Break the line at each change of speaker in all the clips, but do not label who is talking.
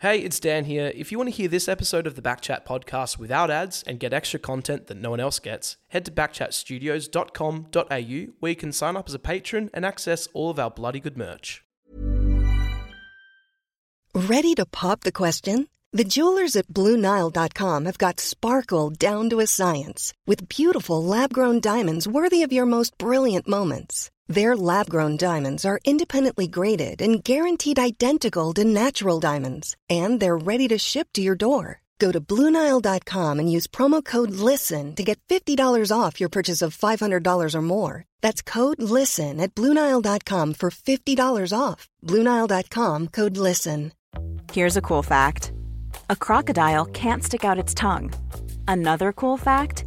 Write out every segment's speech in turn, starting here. Hey, it's Dan here. If you want to hear this episode of the Backchat podcast without ads and get extra content that no one else gets, head to backchatstudios.com.au where you can sign up as a patron and access all of our bloody good merch.
Ready to pop the question? The jewelers at BlueNile.com have got sparkle down to a science with beautiful lab grown diamonds worthy of your most brilliant moments. Their lab grown diamonds are independently graded and guaranteed identical to natural diamonds, and they're ready to ship to your door. Go to BlueNile.com and use promo code LISTEN to get $50 off your purchase of $500 or more. That's code LISTEN at BlueNile.com for $50 off. BlueNile.com code LISTEN.
Here's a cool fact a crocodile can't stick out its tongue. Another cool fact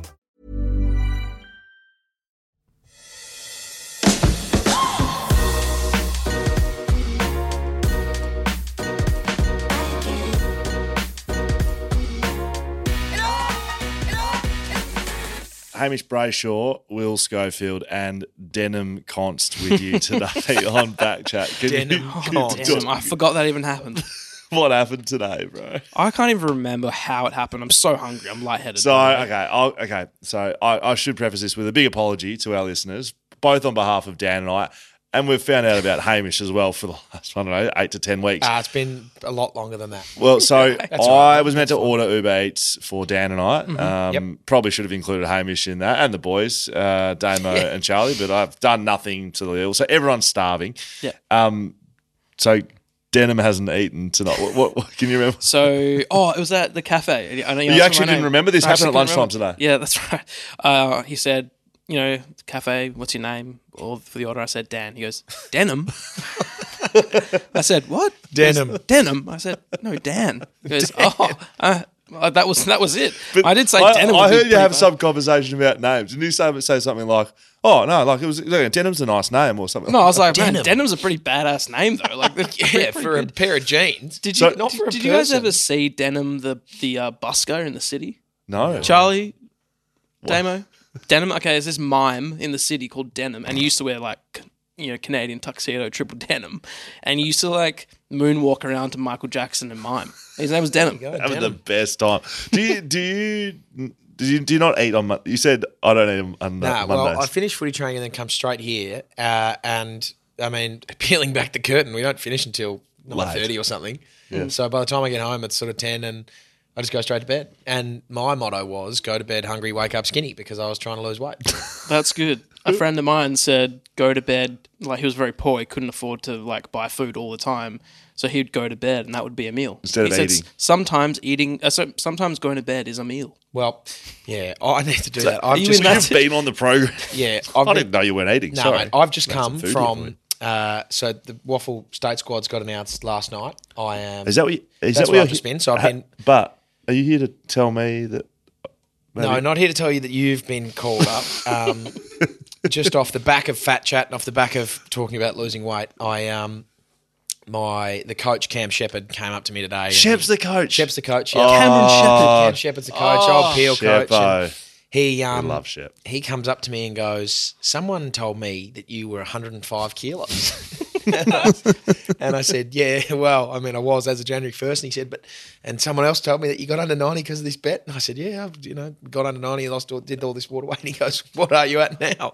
Hamish Brayshaw, Will Schofield, and Denim Const with you today on Backchat. Can you-
Denim.
can you
Oh,
talk
Damn, I forgot that even happened.
What happened today, bro?
I can't even remember how it happened. I'm so hungry. I'm lightheaded.
So okay, I'll, okay. So I, I should preface this with a big apology to our listeners, both on behalf of Dan and I, and we've found out about Hamish as well for the last I don't know eight to ten weeks.
Ah, it's been a lot longer than that.
Well, so I was meant to order Uber Eats for Dan and
Mm-hmm.
I. Um, Probably should have included Hamish in that and the boys, uh, Damo and Charlie, but I've done nothing to the deal. So everyone's starving.
Yeah.
Um, so Denham hasn't eaten tonight. What, what, what can you remember?
So, oh, it was at the cafe. I know
You
asked for
actually
my
didn't
name.
remember? This
I actually
happened at
couldn't
lunchtime
remember.
today.
Yeah, that's right. Uh, he said, you know, cafe, what's your name? Or for the order, I said Dan. He goes, Denim. I said, what? He goes,
Denim.
Denim. I said, no, Dan. He goes, oh, uh, uh, that was that was it. I did say
I,
Denim.
I
would
heard
be
you
pretty
have
bad.
some conversation about names. Didn't you say, say something like, "Oh no, like it was like, Denham's a nice name" or something?
No, I was like, man,
Denim.
Denim's a pretty badass name, though. Like, yeah,
for a pair of jeans.
Did
So-
you
Not
did,
for a
did you guys
person.
ever see Denim the the uh, busker in the city?
no.
Charlie, Damo, Denim. Okay, there's this mime in the city called Denim, and he used to wear like you know Canadian tuxedo, triple denim, and he used to like moonwalk around to Michael Jackson and mime. His name was Denim.
having the best time. Do you do you do you, do you not eat on Monday? You said I don't eat on on
Nah,
Mondays.
well, I finish footy training and then come straight here. Uh, and I mean, peeling back the curtain, we don't finish until nine thirty or something. So by the time I get home, it's sort of ten, and I just go straight to bed. And my motto was go to bed hungry, wake up skinny, because I was trying to lose weight.
That's good. A friend of mine said go to bed. Like he was very poor, he couldn't afford to like buy food all the time, so he'd go to bed, and that would be a meal.
Instead
he
of
said
eating.
s- sometimes eating, uh, so, sometimes going to bed is a meal.
well, yeah, I need to do that.
I've
I've
you
just
have been on the program.
yeah, I've
I
been-
didn't know you weren't eating.
No,
Sorry,
mate, I've just
Made
come
some food the other
from.
week.
Uh, so the Waffle State Squad's got announced last night. I am.
Is that what? You, is
That's
that
where
what
I've just been, so I've been-
But are you here to tell me that?
No, not here to tell you that you've been called up. Um, just off the back of fat chat and off the back of talking about losing weight, I um, my the coach Cam Shepherd came up to me today. and
Shep's
he-
the Oh. coach.
Shep's the coach. Yeah.
Cameron Shepherd.
Cam Shepherd's the coach. old Peel coach. and
Oh. Sheppo.
He
I
um,
love Shep.
he comes up to me and goes, Someone told me that you were 105 kilos. and, I, and I said, Yeah, well, I mean, I was as of January 1st. And he said, But, and someone else told me that you got under 90 because of this bet. And I said, Yeah, I've, you know, got under 90 and lost all, did all this water weight. And he goes, What are you at now?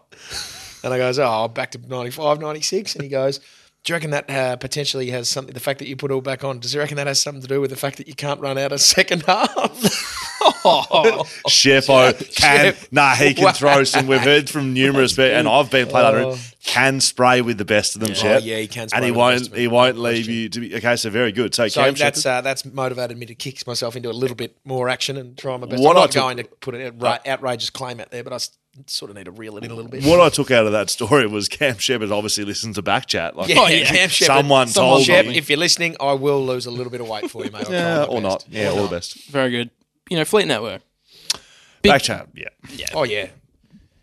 And I goes, Oh, back to 95, 96. And he goes, do you reckon that uh, potentially has something? The fact that you put all back on, does you reckon that has something to do with the fact that you can't run out of second half? Oh.
Sheppo can
Shep.
nah he can throw some. We've heard from numerous people, and I've been played under him.
Oh.
Can spray with the best of them, Shep.
Oh, yeah, he can spray
and he
with the best
won't.
of them.
He won't
No
leave
question.
you to be okay. So very good. So,
So
Cam
that's
Shepherd-
uh, that's motivated me to kick myself into a little bit more action and try my best.
What
I'm
I
not
took-
going to put an outra-
Uh,
outrageous claim out there, but I s- sort of need to reel it in a little bit.
what I took out of that story was Cam Shepherd obviously listened to Backchat. Like,
yeah,
Oh, yeah.
Cam Shepherd,
Someone told
Shep,
me.
If you're listening, I will lose a little bit of weight for you, mate. I'll try
yeah,
my
or not.
best.
Yeah, all the best.
Very good. You know, Fleet Network. Big-
Backchat. Yeah.
Oh yeah,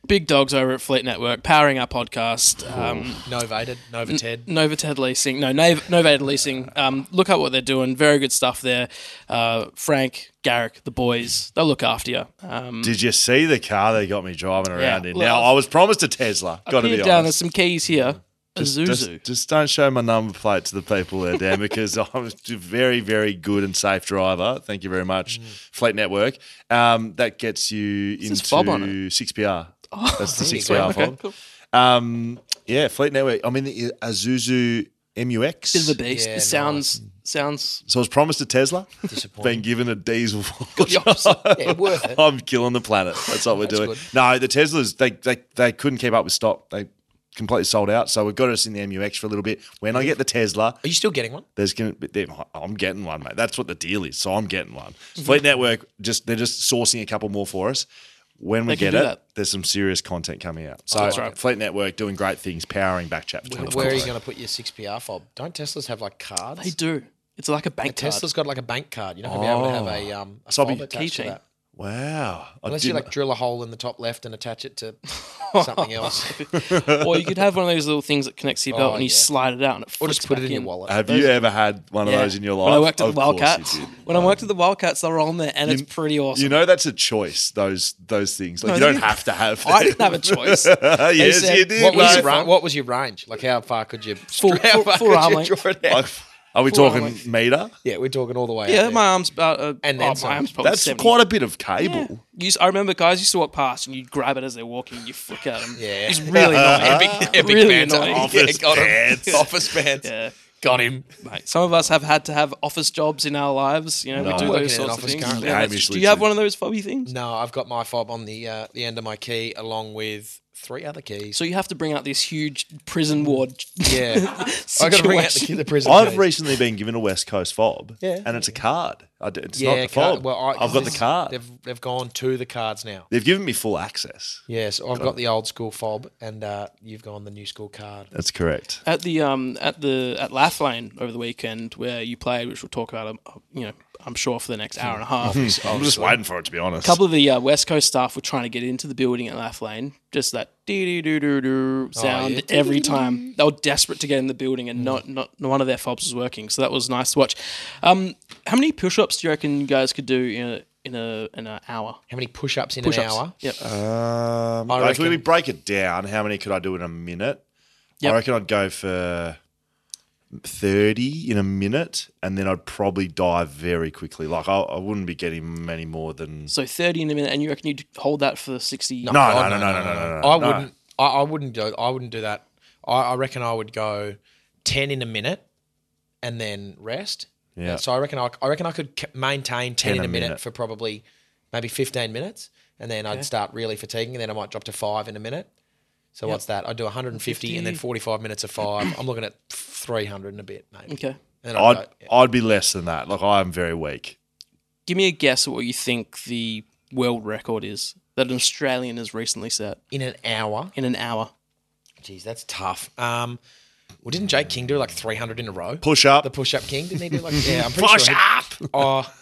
big dogs over at Fleet Network powering our podcast. Um,
Novated, Nova Ted.
Nova Ted Leasing, no, Nav- Novated Leasing. Um, look up what they're doing. Very good stuff there. Uh, Frank, Garrick, the boys, they'll look after you. Um,
Did you see the car they got me driving around in?
well,
Now
I've-
I was promised a Tesla. Got to
peer
be
down,
honest.
there's some keys here. A Zuzu.
Just, just don't show my number plate to the people there, Dan, because I'm a very, very good and safe driver. Thank you very much,
Mm.
Fleet Network. Um, that gets you
says
into
fob on Oh,
6PR. That's the
There you
6PR
go. Okay,
fob.
cool.
Um, yeah, Fleet Network. I mean, the uh, Azuzu MUX.
Bit of a beast.
Yeah,
it sounds sounds
so I was promised a Tesla, been
Disappointing.
given a diesel.
the opposite.
yeah, worth it.
I'm killing the planet. That's what we're doing.
good.
No, the Teslas they, they they couldn't keep up with stock. They completely sold out. So we've got us in the MUX for a little bit. When I get the Tesla,
Are you still getting one?
there's gonna be there- I'm getting one, mate. That's what the deal is. So I'm getting one.
Mm-hmm.
Fleet Network just they're just sourcing a couple more for us. When we
They can
get
do
it,
that.
there's some serious content coming out. So
that's right.
Fleet Network doing great things, powering Backchat.
Where, where are you going to put your six PR fob? Don't Teslas have like cards?
They do. It's like a bank card.
Tesla's got like a bank card. You're not going to be able to have a um a
Oh. So
fob
be-
attached to
Keychain.
that.
Wow. I
Unless you
didn't-
like drill a hole in the top left and attach it to something else,
or you could have one of those little things that connects to your belt
Oh,
and you
yeah.
slide it out and it
or just
flicks
put it
back
in your wallet.
have you ever had one of
Yeah.
those in your life?
When I worked at
Of
the
course you
Wildcats,
did.
when I worked at the Wildcats, they were on there, and
You-
it's pretty awesome.
You know that's a choice. Those those things. Like
No,
you
they
don't
didn't-
have to have.
I
them.
didn't have a choice.
yes,
said,
you did.
What was,
mate.
your range? what was your range? Like how far could you?
Full-
how
full-
far
full
could
arm
you
length.
draw it out?
Like, Are we talking meter?
Yeah, we're talking all the way.
Yeah,
out
my arms about. Uh,
And
and
then
then
some.
my arms probably
That's
70.
quite a bit of cable.
You s- I remember guys used to walk past and you'd grab it as they're walking, and you flick at them.
there. yeah.
It's really annoying.
Epic, epic
really
banter.
annoying.
Office
yeah, got
pants.
Him. Office pants.
Yeah.
Got him.
Mate, some of us have had to have office jobs in our lives. You know,
No.
we do
Working
those
in an
sorts of
office
things.
currently.
Yeah,
Yeah, that's-
obviously
do you have
too.
one of those fobby things?
No, I've got my fob on the uh, the end of my key along with three other keys.
So you have to bring out this huge prison ward.
yeah, I got to bring out the, key,
situation.
the prison.
I've
keys.
recently been given a West Coast fob,
Yeah.
and it's a card. I d it's
yeah,
not the
card-
fob.
well, I,
I've got the card. They've,
They've they've gone to the cards now.
given me full access.
Yeah, so I've got the old school fob, and uh, you've gone the new school card.
That's correct.
at the um at the at Lathlane over the weekend where you played, which we'll talk about, um, you know, I'm sure for the next hour and a half. a
Hmm. I'm just waiting for it to be honest.
couple of the uh, West Coast staff were trying to get into the building at Lathlane, just that doo doo doo doo
Oh,
sound
yeah.
every time. They were desperate to get in the building, and not not one of their fobs was working. So that was nice to watch. Um, how many push-ups do you reckon you guys could do in a in a in an hour?
How many push-ups in an
Push-ups.
hour?
Yep.
um,
I
if we
reckon-
break it down, how many could I do in a minute?
Yep.
I reckon I'd go for thirty in a minute, and then I'd probably die very quickly. Like I, I wouldn't be getting many more than.
so 30 in a minute, and you reckon you'd hold that for 60?
No, no,
God,
no, no, no, no, no, no.
I
no.
wouldn't. I, I wouldn't do. I wouldn't do that. I, I reckon I would go ten in a minute, and then rest.
Yeah.
And so I reckon I, I reckon I could c- maintain ten, in a minute, for probably maybe fifteen minutes, and then I'd start really fatiguing. And then I might drop to five in a minute. So what's that? I'd do 150 and then 45 minutes of five. I'm looking at 300 and a bit, maybe.
Okay.
And then I'd,
I'd
go,
I'd be less than that. Like I am very weak.
Give me a guess at what you think the world record is that an Australian has recently set
in an hour.
in an hour.
Jeez, that's tough. Um, well, didn't Jake King do like 300 in a row?
Push up.
the push-up king, didn't he do like? Yeah, I'm pretty
push
sure. he-
up.
Oh,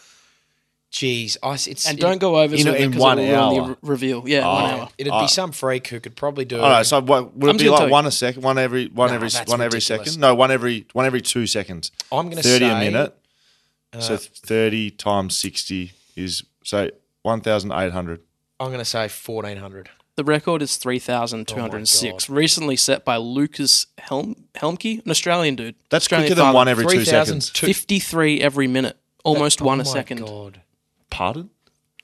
jeez, I, s- it's oh,
And don't go over
You know, in
because
one
it will ruin the
hour. Oh,
re- reveal. Yeah, one hour.
It'd be some freak who could probably do.
All right. So what, would
I'm
it be
just
like
gonna
one a second, one every, one every,
that's
one every
ridiculous.
second? No, one every, one every two seconds.
I'm gonna
thirty
say-
a
uh,
minute. so thirty times sixty is so one thousand eight hundred.
I'm going to say 1400.
The record is 3,206, recently set by Lucas Helm- Helmke, an Australian dude.
That's
Australian
quicker than
father.
one every two
3,000
seconds.
53 every minute, almost
oh
one a
my
second.
God.
Pardon?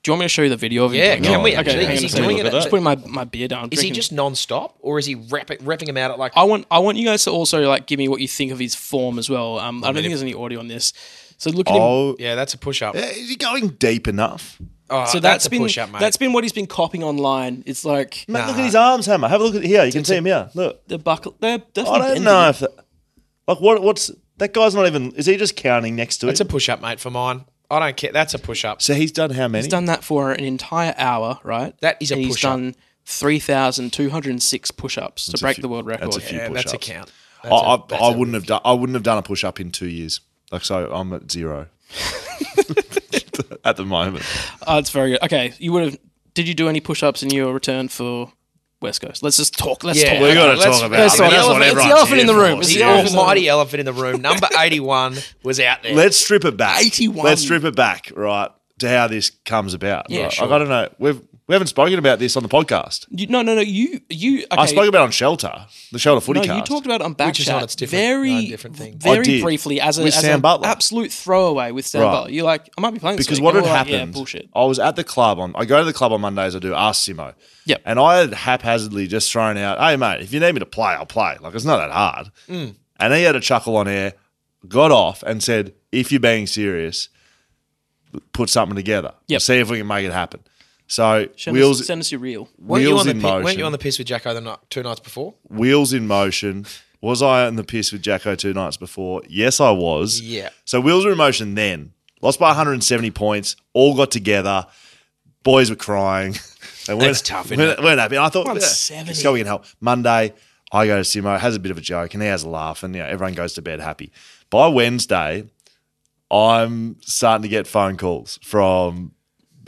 Do you want me to show you the video of him?
Yeah,
doing
can
it?
we
Okay,
actually?
hang
Is
on
he
a second.
doing it
I'm just
at-
putting my, my beer down.
Is he
drinking.
just non-stop or is he rep- repping him out at like?
I want I want you guys to also like give me what you think of his form as well. Um, I don't think there's any audio on this. So look at him.
Oh,
yeah, that's a push-up.
eh, is he going deep enough?
Oh,
So
that's, a
been
push-up, mate.
that's been what he's been copying online. It's like
Mate, Look at his arms, hammer. Have a look at here. You can see him here. Look.
the buckle. They're definitely
I don't
bending.
know if that, like what what's that guy's not even. Is he just counting next to it?
that's a push-up, mate, for mine. I don't care. That's a push-up.
so he's done how many?
He's done that for an entire hour, right?
That is a
and he's
push-up.
done three thousand two hundred six push-ups to break
few-
the world record.
that's a few
Yeah, that's a
push-ups.
count.
I I I I, I wouldn't have done. I wouldn't have done a push up in two years. Like so, I'm at zero at the moment.
Oh, that's very good. Okay, you would have. Did you do any push-ups in your return for West Coast. Let's just talk. Let's
Yeah.
talk.
We got to
Let's-
talk about
let's
it.
talk
That's
about
what
it. It's the
everyone's
elephant in
here
the room.
for.
It's the
The
Yeah.
elephant.
almighty elephant in the room, number 81, was out there.
Let's strip it back.
81.
Let's strip it back, right, to how this comes about.
Yeah,
right?
sure.
Like, I don't know. We've we haven't spoken about this on the podcast.
You, no, no, no. You, you. Okay.
I spoke about it on Shelter, the Shelter Footy
no,
Cast.
you talked about it on back
Which is
chat
not, it's different.
very
No, different thing.
I
very
did.
briefly as a
With
as
Sam
an
Butler.
absolute throwaway with Sam
Right.
Butler. You're like, I might be playing this
because
week.
what had
And we're like,
happened,
Yeah, bullshit.
I was at the club on. I go to the club on Mondays. I do Ask Simo.
Yep.
And I had haphazardly just thrown out, "Hey mate, if you need me to play, I'll play. Like it's not that hard."
Mm.
And he had a chuckle on air, got off, and said, "If you're being serious, put something together.
Yep.
See if we can make it happen." So
Send
wheels
us, send us your reel.
weren't, you
wheels
on the
in
pi-
motion.
weren't you on the piss with Jacko the night, two nights before?
wheels in motion. Was I on the piss with Jacko two nights before? Yes, I was.
Yeah.
So wheels were in motion then. Lost by 170 points. All got together. Boys were crying. They weren't,
That's tough, isn't
weren't, weren't happy. And I thought, yeah,
170.
let's go. We can help. Monday, I go to Simo. Has a bit of a joke, and he has a laugh, and you know, everyone goes to bed happy. By Wednesday, I'm starting to get phone calls from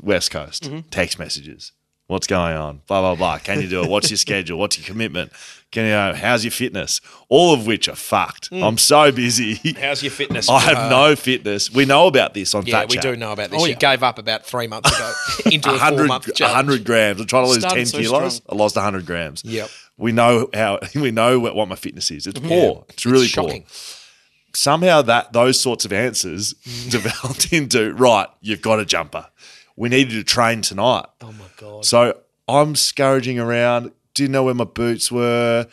West Coast,
Mm-hmm.
text messages. What's going on? Blah blah blah. Can you do it? What's your schedule? What's your commitment? Can you? uh, how's your fitness? All of which are fucked. I'm so busy.
Mm. How's your fitness? uh,
I have no fitness. We know about this on
Yeah,
Fat
we
Chat.
do know about this.
Oh,
you
yeah.
gave up about three months ago into a four
100,
month
100 grams. I'm trying to lose
Started
10
so
kilos.
strong.
I lost 100 grams.
Yep.
We know how. We know what, what my fitness is. It's poor. It's really
shocking.
poor. Somehow that those sorts of answers developed into right. You've got a jumper. We needed to train tonight.
Oh my god!
So I'm scourging around. Didn't know where my boots were.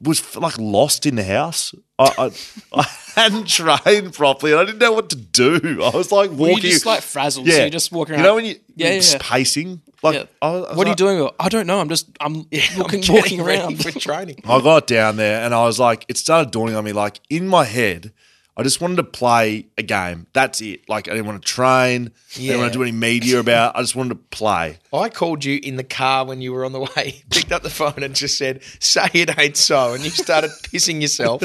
Was like lost in the house. I, I, I hadn't trained properly, and I didn't know what to do. I was like
Were
walking.
you just like frazzled.
yeah,
So you're just walking around.
You know when you
Yeah, yeah,
just
yeah.
pacing. Like
Yeah.
I was- I was
what are you
like-
doing? I don't know. I'm just I'm looking walking
Getting ready
around.
for training.
I got down there and I was like, it started dawning on me, like in my head, I just wanted to play a game. That's it. Like I didn't want to train. I
Yeah.
didn't want to do any media about. it. I just wanted to play.
I called you in the car when you were on the way, picked up the phone and just said, say it ain't so. And you started pissing yourself.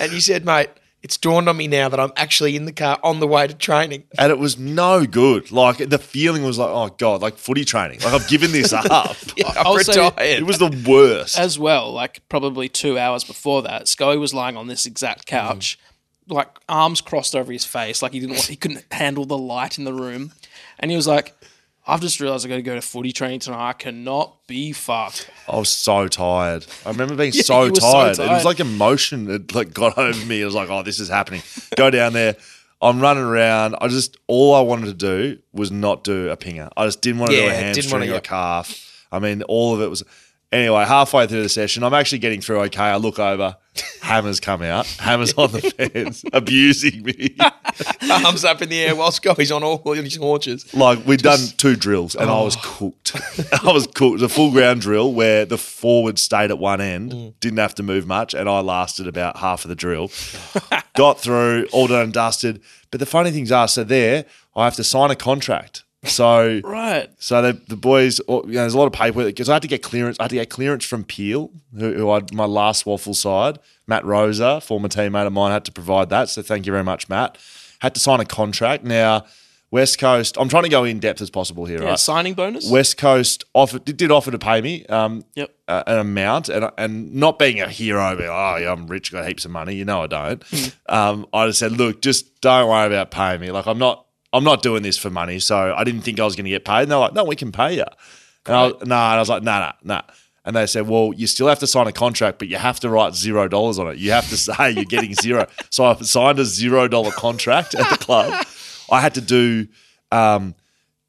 And you said, mate, it's dawned on me now that I'm actually in the car on the way to training.
And it was no good. Like the feeling was like, oh God, like footy training. Like I've given this up.
I'm
Also-
retired.
Oh, It was the worst.
as well, like probably two hours before that, Scully was lying on this exact couch, like arms crossed over his face, like he didn't want, he couldn't handle the light in the room, and he was like, "I've just realized I got to go to footy training tonight. I cannot be fucked."
I was so tired. I remember being so,
you were so
tired. It
tired.
was like emotion that like got over me. It was like, oh, this is happening. Go down there. I'm running around. I just all I wanted to do was not do a pinger. I just didn't want to do
Yeah,
a
didn't
hamstring
wanna-
or a
yep.
calf. I mean, all of it was. Anyway, halfway through the session, I'm actually getting through okay. I look over, hammers come out, hammers on the fence, abusing me.
Arms up in the air while Scotty's on all his haunches.
Like we'd done two drills and I was cooked. I was cooked. The full ground drill where the forward stayed at one end, didn't have to move much, and I lasted about half of the drill. Got through, all done and dusted. But the funny things are, so there I have to sign a contract. So
Right.
so the, the boys, or, you know, there's a lot of paperwork because I had to get clearance. I had to get clearance from Peel, who, who I my last waffle side, Matt Rosa, former teammate of mine, had to provide that. So thank you very much, Matt. Had to sign a contract. Now, West Coast, I'm trying to go in depth as possible here,
Yeah,
right?
signing bonus.
West Coast offered did, did offer to pay me um,
Yep.
a- an amount, and and not being a hero, being, oh yeah, I'm rich, got heaps of money. You know I
Hmm.
don't. um, I just said, look, just don't worry about paying me. Like I'm not I'm not doing this for money. So I didn't think I was going to get paid. And they're like, no, we can pay you. And I was, nah, and I was like, nah, nah, nah. And they said, well, you still have to sign a contract, but you have to write zero dollars on it. You have to say you're getting zero. so I signed a zero dollar contract at the club. I had to do um,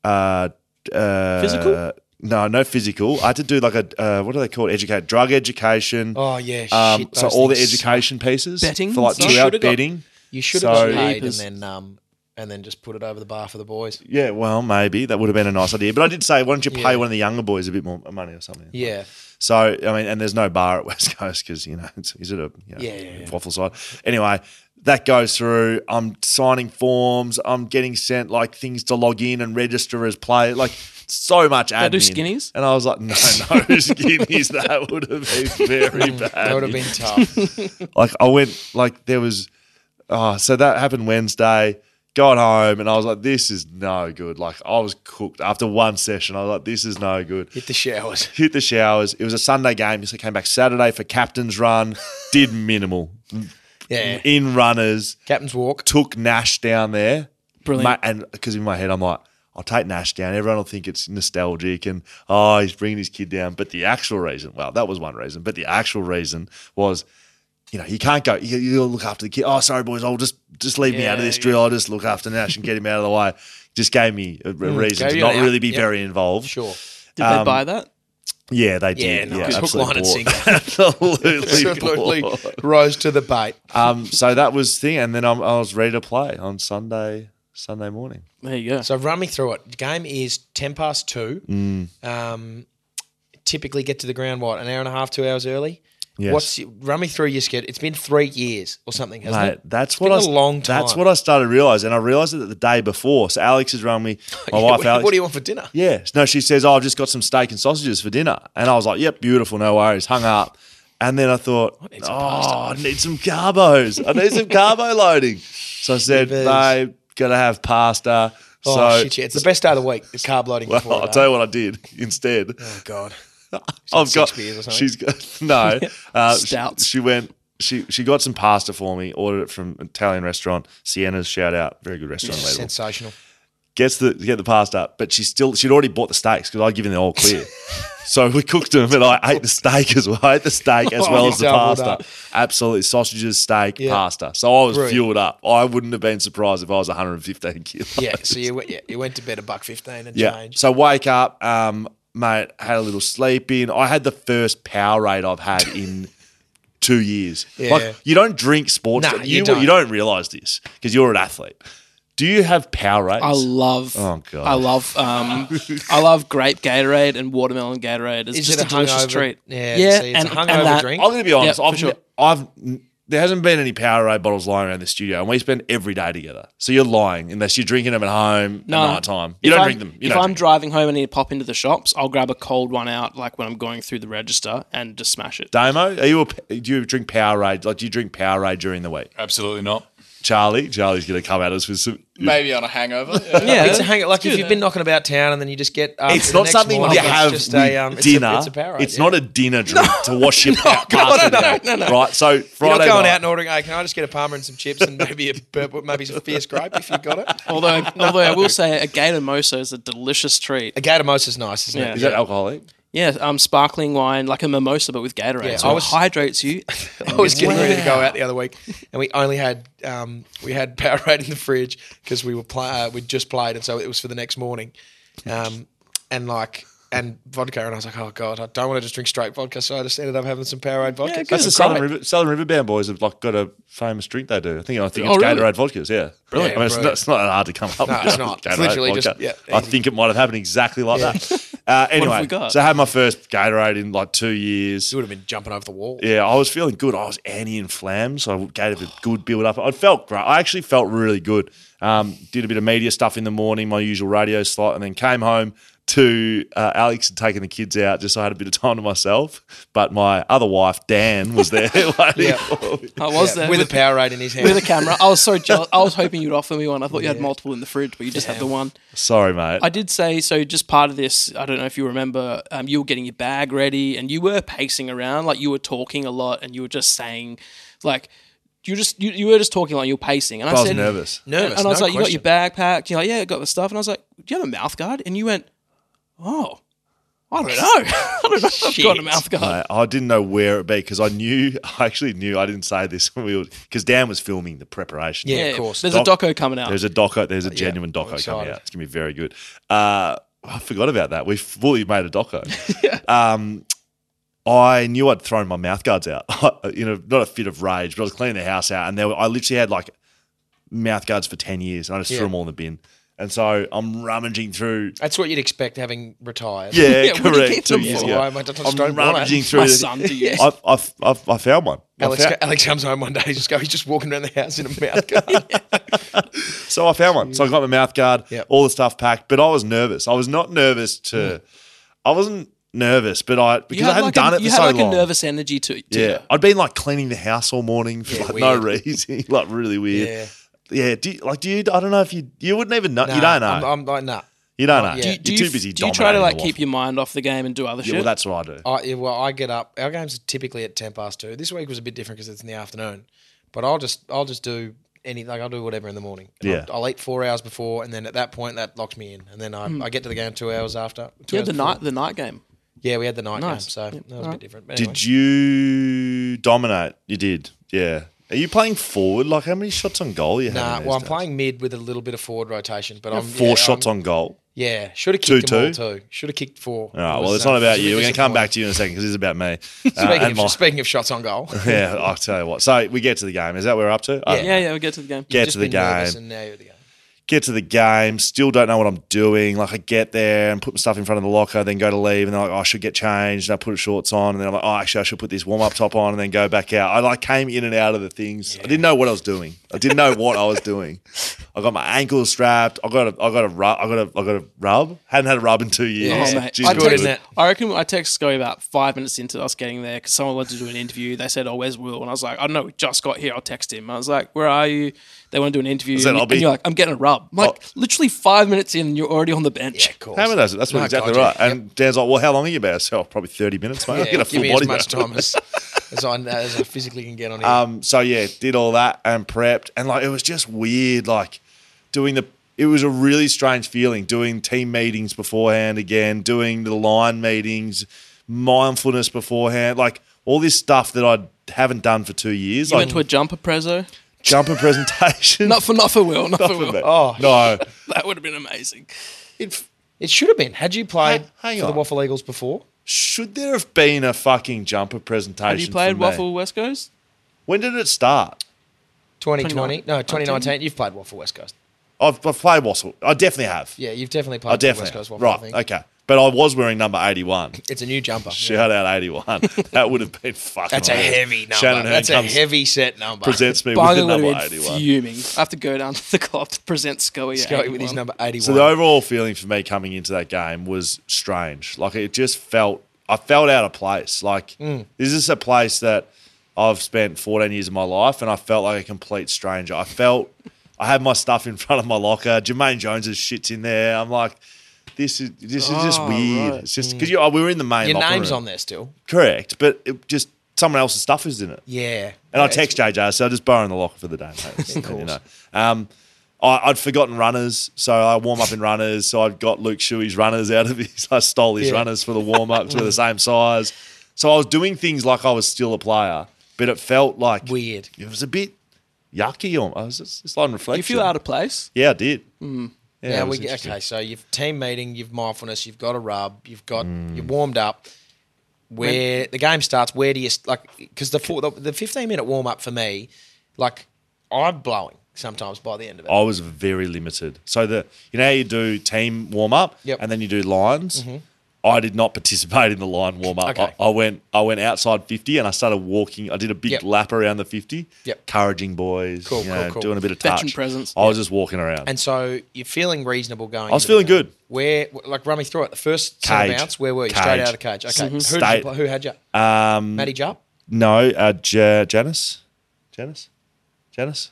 uh, uh,
Physical?
No, no physical. I had to do like a uh, what do they call it? Educate drug education.
Oh, yeah.
um,
shit,
so
those
all the
things suck.
education pieces,
Betting
for like
and
two
stuff?
out
Should've got-
betting.
You should
So-
have got paid and
Jeepers.
then, um, and then just put it over the bar for the boys.
yeah, well, maybe that would have been a nice idea. But I did say, why don't you pay
Yeah.
one of the younger boys a bit more money or something?
Yeah.
So I mean, and there's no bar at West Coast because you know it's, is it a you know,
Yeah, yeah, yeah.
waffle side? Anyway, that goes through. I'm signing forms. I'm getting sent like things to log in and register as play. Like so much admin.
do skinnies?
And I was like, no, no skinnies. That would have been very bad.
That would have been tough.
ah, Like I went, like there was, oh, so that happened Wednesday. got home, and I was like, this is no good. Like, I was cooked after one session. I was like, this is no good.
Hit the showers.
Hit the showers. It was a Sunday game. So I came back Saturday for captain's run. Did minimal.
Yeah.
In runners.
Captain's walk.
Took Nash down there.
Brilliant.
Ma- and because in my head, I'm like, I'll take Nash down. Everyone will think it's nostalgic and, oh, he's bringing his kid down. But the actual reason, well, that was one reason. But the actual reason was, you know, you can't go. You, you'll look after the kid. Oh, sorry, boys. I'll just just leave me out of this
Yeah,
drill. I'll just look after Nash and get him out of the way. Just gave me a, a reason
Mm. gave
to
you
not
an out.
really be
Yep.
very involved.
Sure.
Did they buy that?
Yeah, they
Yeah,
did.
no,
Yeah,
good. Hook, line, and
absolutely. bought. absolutely.
Absolutely
bought.
rose to the bait.
Um, so that was thing, and then I'm, I was ready to play on Sunday Sunday morning.
There you go.
So run me through it. Game is ten past two.
Mm.
Um, typically get to the ground what an hour and a half, two hours early.
Yes.
What's run me through your schedule? It's been three years or something, hasn't
Mate,
it?
that's
It's
what
been
I
a long
That's
time.
what I started to realize, and I realized it the day before. So Alex has rung me. My
Yeah,
wife,
what,
Alex.
what do you want for dinner?
Yeah. No, she says, Oh, I've just got some steak and sausages for dinner. And I was like, Yep, beautiful, no worries. Hung up. And then I thought, Oh, I need some carbos. I need some carbo loading. So I said,
Yes.
Babe, gotta have pasta.
Oh
so
shit, yeah. it's the best day of the week. It's carb loading.
well,
before
I'll
it,
tell
eh?
you what I did instead.
Oh god,
I've got.
six beers or something?
She's got no uh, she-
Stouts.
She, went. She she got some pasta for me. Ordered it from an Italian restaurant. Sienna's shout out. Very good restaurant. label.
sensational.
Gets the get the pasta, but she still she'd already bought the steaks because I'd given the all clear. so we cooked them, and I ate the steak as well. I ate the steak as
Oh,
well
you
as the
doubled
pasta.
up.
Absolutely, sausages, steak,
Yeah.
pasta. So I was
Brilliant.
fueled up. I wouldn't have been surprised if I was 115 kilos.
Yeah, so you went, yeah, you went to bed a buck fifteen and
Yeah.
change.
So wake up, um, mate, had a little sleep in. I had the first Powerade I've had in two years.
Yeah.
Like you don't drink sports.
Nah,
drink.
you
you,
don't.
you don't realize this because you're an athlete. Do you have Powerades?
I love.
Oh, God.
I love. Um, I love grape Gatorade and watermelon Gatorade. It's
Is
just
it a
delicious
hungover-
treat.
Yeah,
yeah,
see, it's
and,
a
and
hungover
that-
drink.
I'm going to be honest.
Yeah, for
I've,
sure.
I've there hasn't been any Powerade bottles lying around the studio, and we spend every day together. So you're lying unless you're drinking them at home
No.
at night time. You
If
don't
I'm-
drink them. You
if
don't
I'm
drink them.
driving home and need to pop into the shops, I'll grab a cold one out, like when I'm going through the register, and just smash it.
Damo, are you a, do you drink Powerade? Like, do you drink Powerade during the week?
Absolutely not.
Charlie, Charlie's going to come at us with some
Maybe on a hangover. Yeah.
Yeah,
It's a hang. Like if you've been knocking about town and then you just get. up
It's
the
not
next
something
morning,
you
it's
have
just
with
a, um, it's a-
dinner.
It's, a Powerade,
It's
yeah.
not a dinner drink to wash your pa- pasta down, right? So
You're not
Friday
going
night-
out and ordering. Hey, can I just get a Palmer and some chips and maybe a purple, maybe some fierce grape if you've got it?
Although, although I will say, a Gator Moso is a delicious treat.
A Gatomos is nice, isn't
Yeah.
it?
is that alcoholic?
Yeah, um, sparkling wine like a mimosa, but with Gatorade.
Yeah,
so
I
it
was-
hydrates you.
I was getting ready to go out the other week, and we only had um, we had Powerade in the fridge because we were play, uh, we'd just played, and so it was for the next morning, um, and like and vodka, and I was like, oh god, I don't want to just drink straight vodka, so I just ended up having some Powerade vodka.
good.
That's
That's
the
the
Southern River, Southern River Band boys have like got a famous drink they do. I think I think it's
Oh, really?
Gatorade vodkas. Yeah,
Brilliant.
I mean, it's, not, it's not that hard to come up. with
it's
Gatorade
not. It's literally just-
vodka.
yeah,
I
easy.
think it might have happened exactly like that. Uh, anyway,
we got?
so I had my first Gatorade in like two years.
You would have been jumping over the wall.
Yeah, I was feeling good. I was anti inflamed, so I gave it a good build up. I felt great. I actually felt really good. Um, did a bit of media stuff in the morning, my usual radio slot, and then came home to uh, Alex had taken the kids out, just so I had a bit of time to myself. But my other wife, Dan, was there waiting
Yeah.
for me.
I was there
with, a Powerade in his hand.
with a camera. I was so jealous. I was hoping you'd offer me one. I thought you had multiple in the fridge, but you just had the one.
Sorry, mate.
I did say so. Just part of this, I don't know if you remember. Um, you were getting your bag ready, and you were pacing around, like you were talking a lot, and you were just saying, like, you just you, you were just talking like you were pacing. And I,
I was
said,
nervous.
Nervous,
and, and I was
no
like, you got your bag packed. You're like, yeah, I got the stuff. And I was like, do you have a mouth guard? And you went, oh, I don't know. I don't know if I've got a mouth guard.
Mate, I didn't know where it be because I knew. I actually knew. I didn't say this when we were because Dan was filming the preparation.
Yeah,
Yeah,
of course.
There's
Doc-
a doco coming out.
There's a doco. There's a genuine doco coming
excited.
out. It's gonna be very good. Uh, I forgot about that. We fully made a doco. um, I knew I'd thrown my mouth guards out in a not a fit of rage, but I was cleaning the house out, and there were, I literally had like mouth guards for ten years, and I just
Yeah.
threw them all in the bin. And so I'm rummaging through.
That's what you'd expect having retired.
Yeah,
Yeah, what do you keep
correct. Two
them
years
for?
ago.
Why am I just- I just
I'm
don't want it.
rummaging through.
my
the-
son to use.
I've, I've, I've, I found one. I
Alex,
found-
Alex comes home one day. He's just go. He's just walking around the house in a mouth guard.
So I found one. So I got my mouth guard,
Yep.
all the stuff packed, but I was nervous. I was not nervous to, I wasn't nervous, but I, because I hadn't
like
done
a,
it for
you Hmm. had
so
like
long.
a nervous energy to, to
yeah. I'd been like cleaning the house all morning for
Yeah,
like no
weird.
reason, like really weird.
Yeah.
yeah, do you, like do you? I don't know if you you wouldn't even know. you
Nah,
don't know.
I'm, I'm like, nah.
you don't know.
yeah.
Do
Do
you,
You're too busy.
Do you try to
dominating
like
the
keep
waffle.
your mind off the game and do other
Yeah,
shit? Oh,
well, that's what I do.
I, yeah, well, I get up. Our games are typically at ten past two. This week was a bit different because it's in the afternoon. But I'll just, I'll just do anything. Like I'll do whatever in the morning. I'll-
Yeah.
I'll, eat four hours before, and then at that point, that locks me in. And then I, I get to the game two hours after. Two
yeah,
hours
Hmm. the
before.
night the night game.
Yeah, we had the night
Nice.
game, so
Yep.
that was a
Alright.
bit different. But anyway.
Did you dominate? You did. Yeah. Are you playing forward? Like how many shots on goal are you
Nah,
have?
well, I'm playing mid with a little bit of forward rotation, but I'm
um,
four
yeah,
shots
I'm-
on goal.
Yeah, should have kicked them all
Two-two?
too. Should have kicked four.
All right. Well,
uh,
it's not about you. We're going to come back to you in a second because it's about me. Uh,
Speaking,
and
of,
my-
speaking of shots on goal,
yeah, I'll tell you what. So we get to the game. Is that where we're up to? I don't know.
Uh, Yeah, yeah, we get to the game.
Get
just
to the
been nervous
game.
and now you're at the game.
Get to the game. Still don't know what I'm doing. Like I get there and put my stuff in front of the locker, then go to leave, and they're like, oh, I should get changed, and I put shorts on, and then I'm like, oh, actually, I should put this warm up top on, and then go back out. I like came in and out of the things. I didn't know what I was doing. I didn't know what I was doing. I got my ankles strapped. I got a, I got a rub. I got a, I got a rub. Hadn't had a rub in two years.
Oh, mate.
Jeez,
I,
good,
text,
isn't it?
I reckon I text Scully about five minutes into us getting there because someone wanted to do an interview. They said, "Oh, where's Will?" And I was like, "I don't know. We just got here. I'll text him." I was like, "Where are you?" They want to do an interview.
said,
and,
"I'll
and
be-
you're like, "I'm getting a rub." I'm like literally five minutes in, and you're already on the bench.
Yeah, cool.
Hammer does it. That's what
No,
exactly
God,
right.
yeah.
And Dan's like, well, how long are you about? So probably 30 minutes, mate.
Yeah,
I'll get a
give
full
me
body
as much
back.
time as, as, I, as I physically can get on here.
Um, so yeah, did all that and prepped. And like, it was just weird, like doing the, it was a really strange feeling doing team meetings beforehand again, doing the line meetings, mindfulness beforehand, like all this stuff that I haven't done for two years.
You
like
went to a jumper prezzo.
jumper presentation.
Not for not for Will. Not, for Will.
Oh, no.
That would have been amazing.
it, it should have been. Had you played
hang
for
on.
the Waffle Eagles before?
Should there have been a fucking jumper presentation?
Have you
for
played
me?
Waffle West Coast?
When did it start?
2020? No,
2019.
2019. You've played Waffle West Coast.
I've, I've played Wassel. I definitely have.
Yeah, you've definitely played
I
for the
Oh, definitely
West Coast
have.
Waffle, I
right.
think.
Okay, but I was wearing number eighty-one.
It's a new jumper.
Shout out eighty-one. that would have been fucking.
That's a
awesome.
heavy number.
Shannon Hearn
That's a
comes-
heavy set number.
presents me with the
Barney would
number
have been
eighty-one.
fuming. I have to go down to the club to present Scully. at
Scotty with his
81.
number 81.
So the overall feeling for me coming into that game was strange. Like it just felt I felt out of place. Like
Mm.
this is a place that I've spent 14 years of my life and I felt like a complete stranger. I felt I had my stuff in front of my locker. Jermaine Jones's shit's in there. I'm like this is this is just
Oh,
weird.
right.
It's just because you uh, we were in the main.
Mm. Your
locker
name's
room.
on there still.
Correct, but it just someone else's stuff is in it.
Yeah.
And I
Yeah,
text JJ, so I just borrow in the locker for the day, mate. you know. um, I, I'd forgotten runners, so I warm up in runners. So I've got Luke Shuey's runners out of his. I stole his
Yeah.
runners for the warm ups. were the same size, so I was doing things like I was still a player, but it felt like
it's Weird.
It was a bit yucky. Almost. It's, it's like
Do
reflection.
you feel out of place?
Yeah, I did. Yeah,
Mm. Yeah,
it was
we get-
interesting.
okay. So you've team meeting, you've mindfulness, you've got a rub, you've got
Mm.
you've warmed up. Where the game starts, where do you st- like? Because the, four- the the fifteen minute warm up for me, like I'm blowing sometimes by the end of it.
I was very limited. So the you know how you do team warm up
Yep. Mm-hmm.
and then you do lines. I did not participate in the line warm up.
Okay.
I, I went I went outside fifty and I started walking. I did a big
Yep.
lap around the fifty,
Yep.
encouraging boys,
Cool,
you
cool,
know,
cool.
doing a bit of
Veteran
touch.
presence.
I was just walking around.
And so you're feeling reasonable going.
I was
into the
feeling
game.
good.
Where like run me through it. The first centre
Cage.
bounce, where were you? Straight
Cage.
out of cage. Okay. Who, did you
State.
play- who had you?
um,
Matty Jupp.
no, uh, Ja- Janice, Janice, Janice.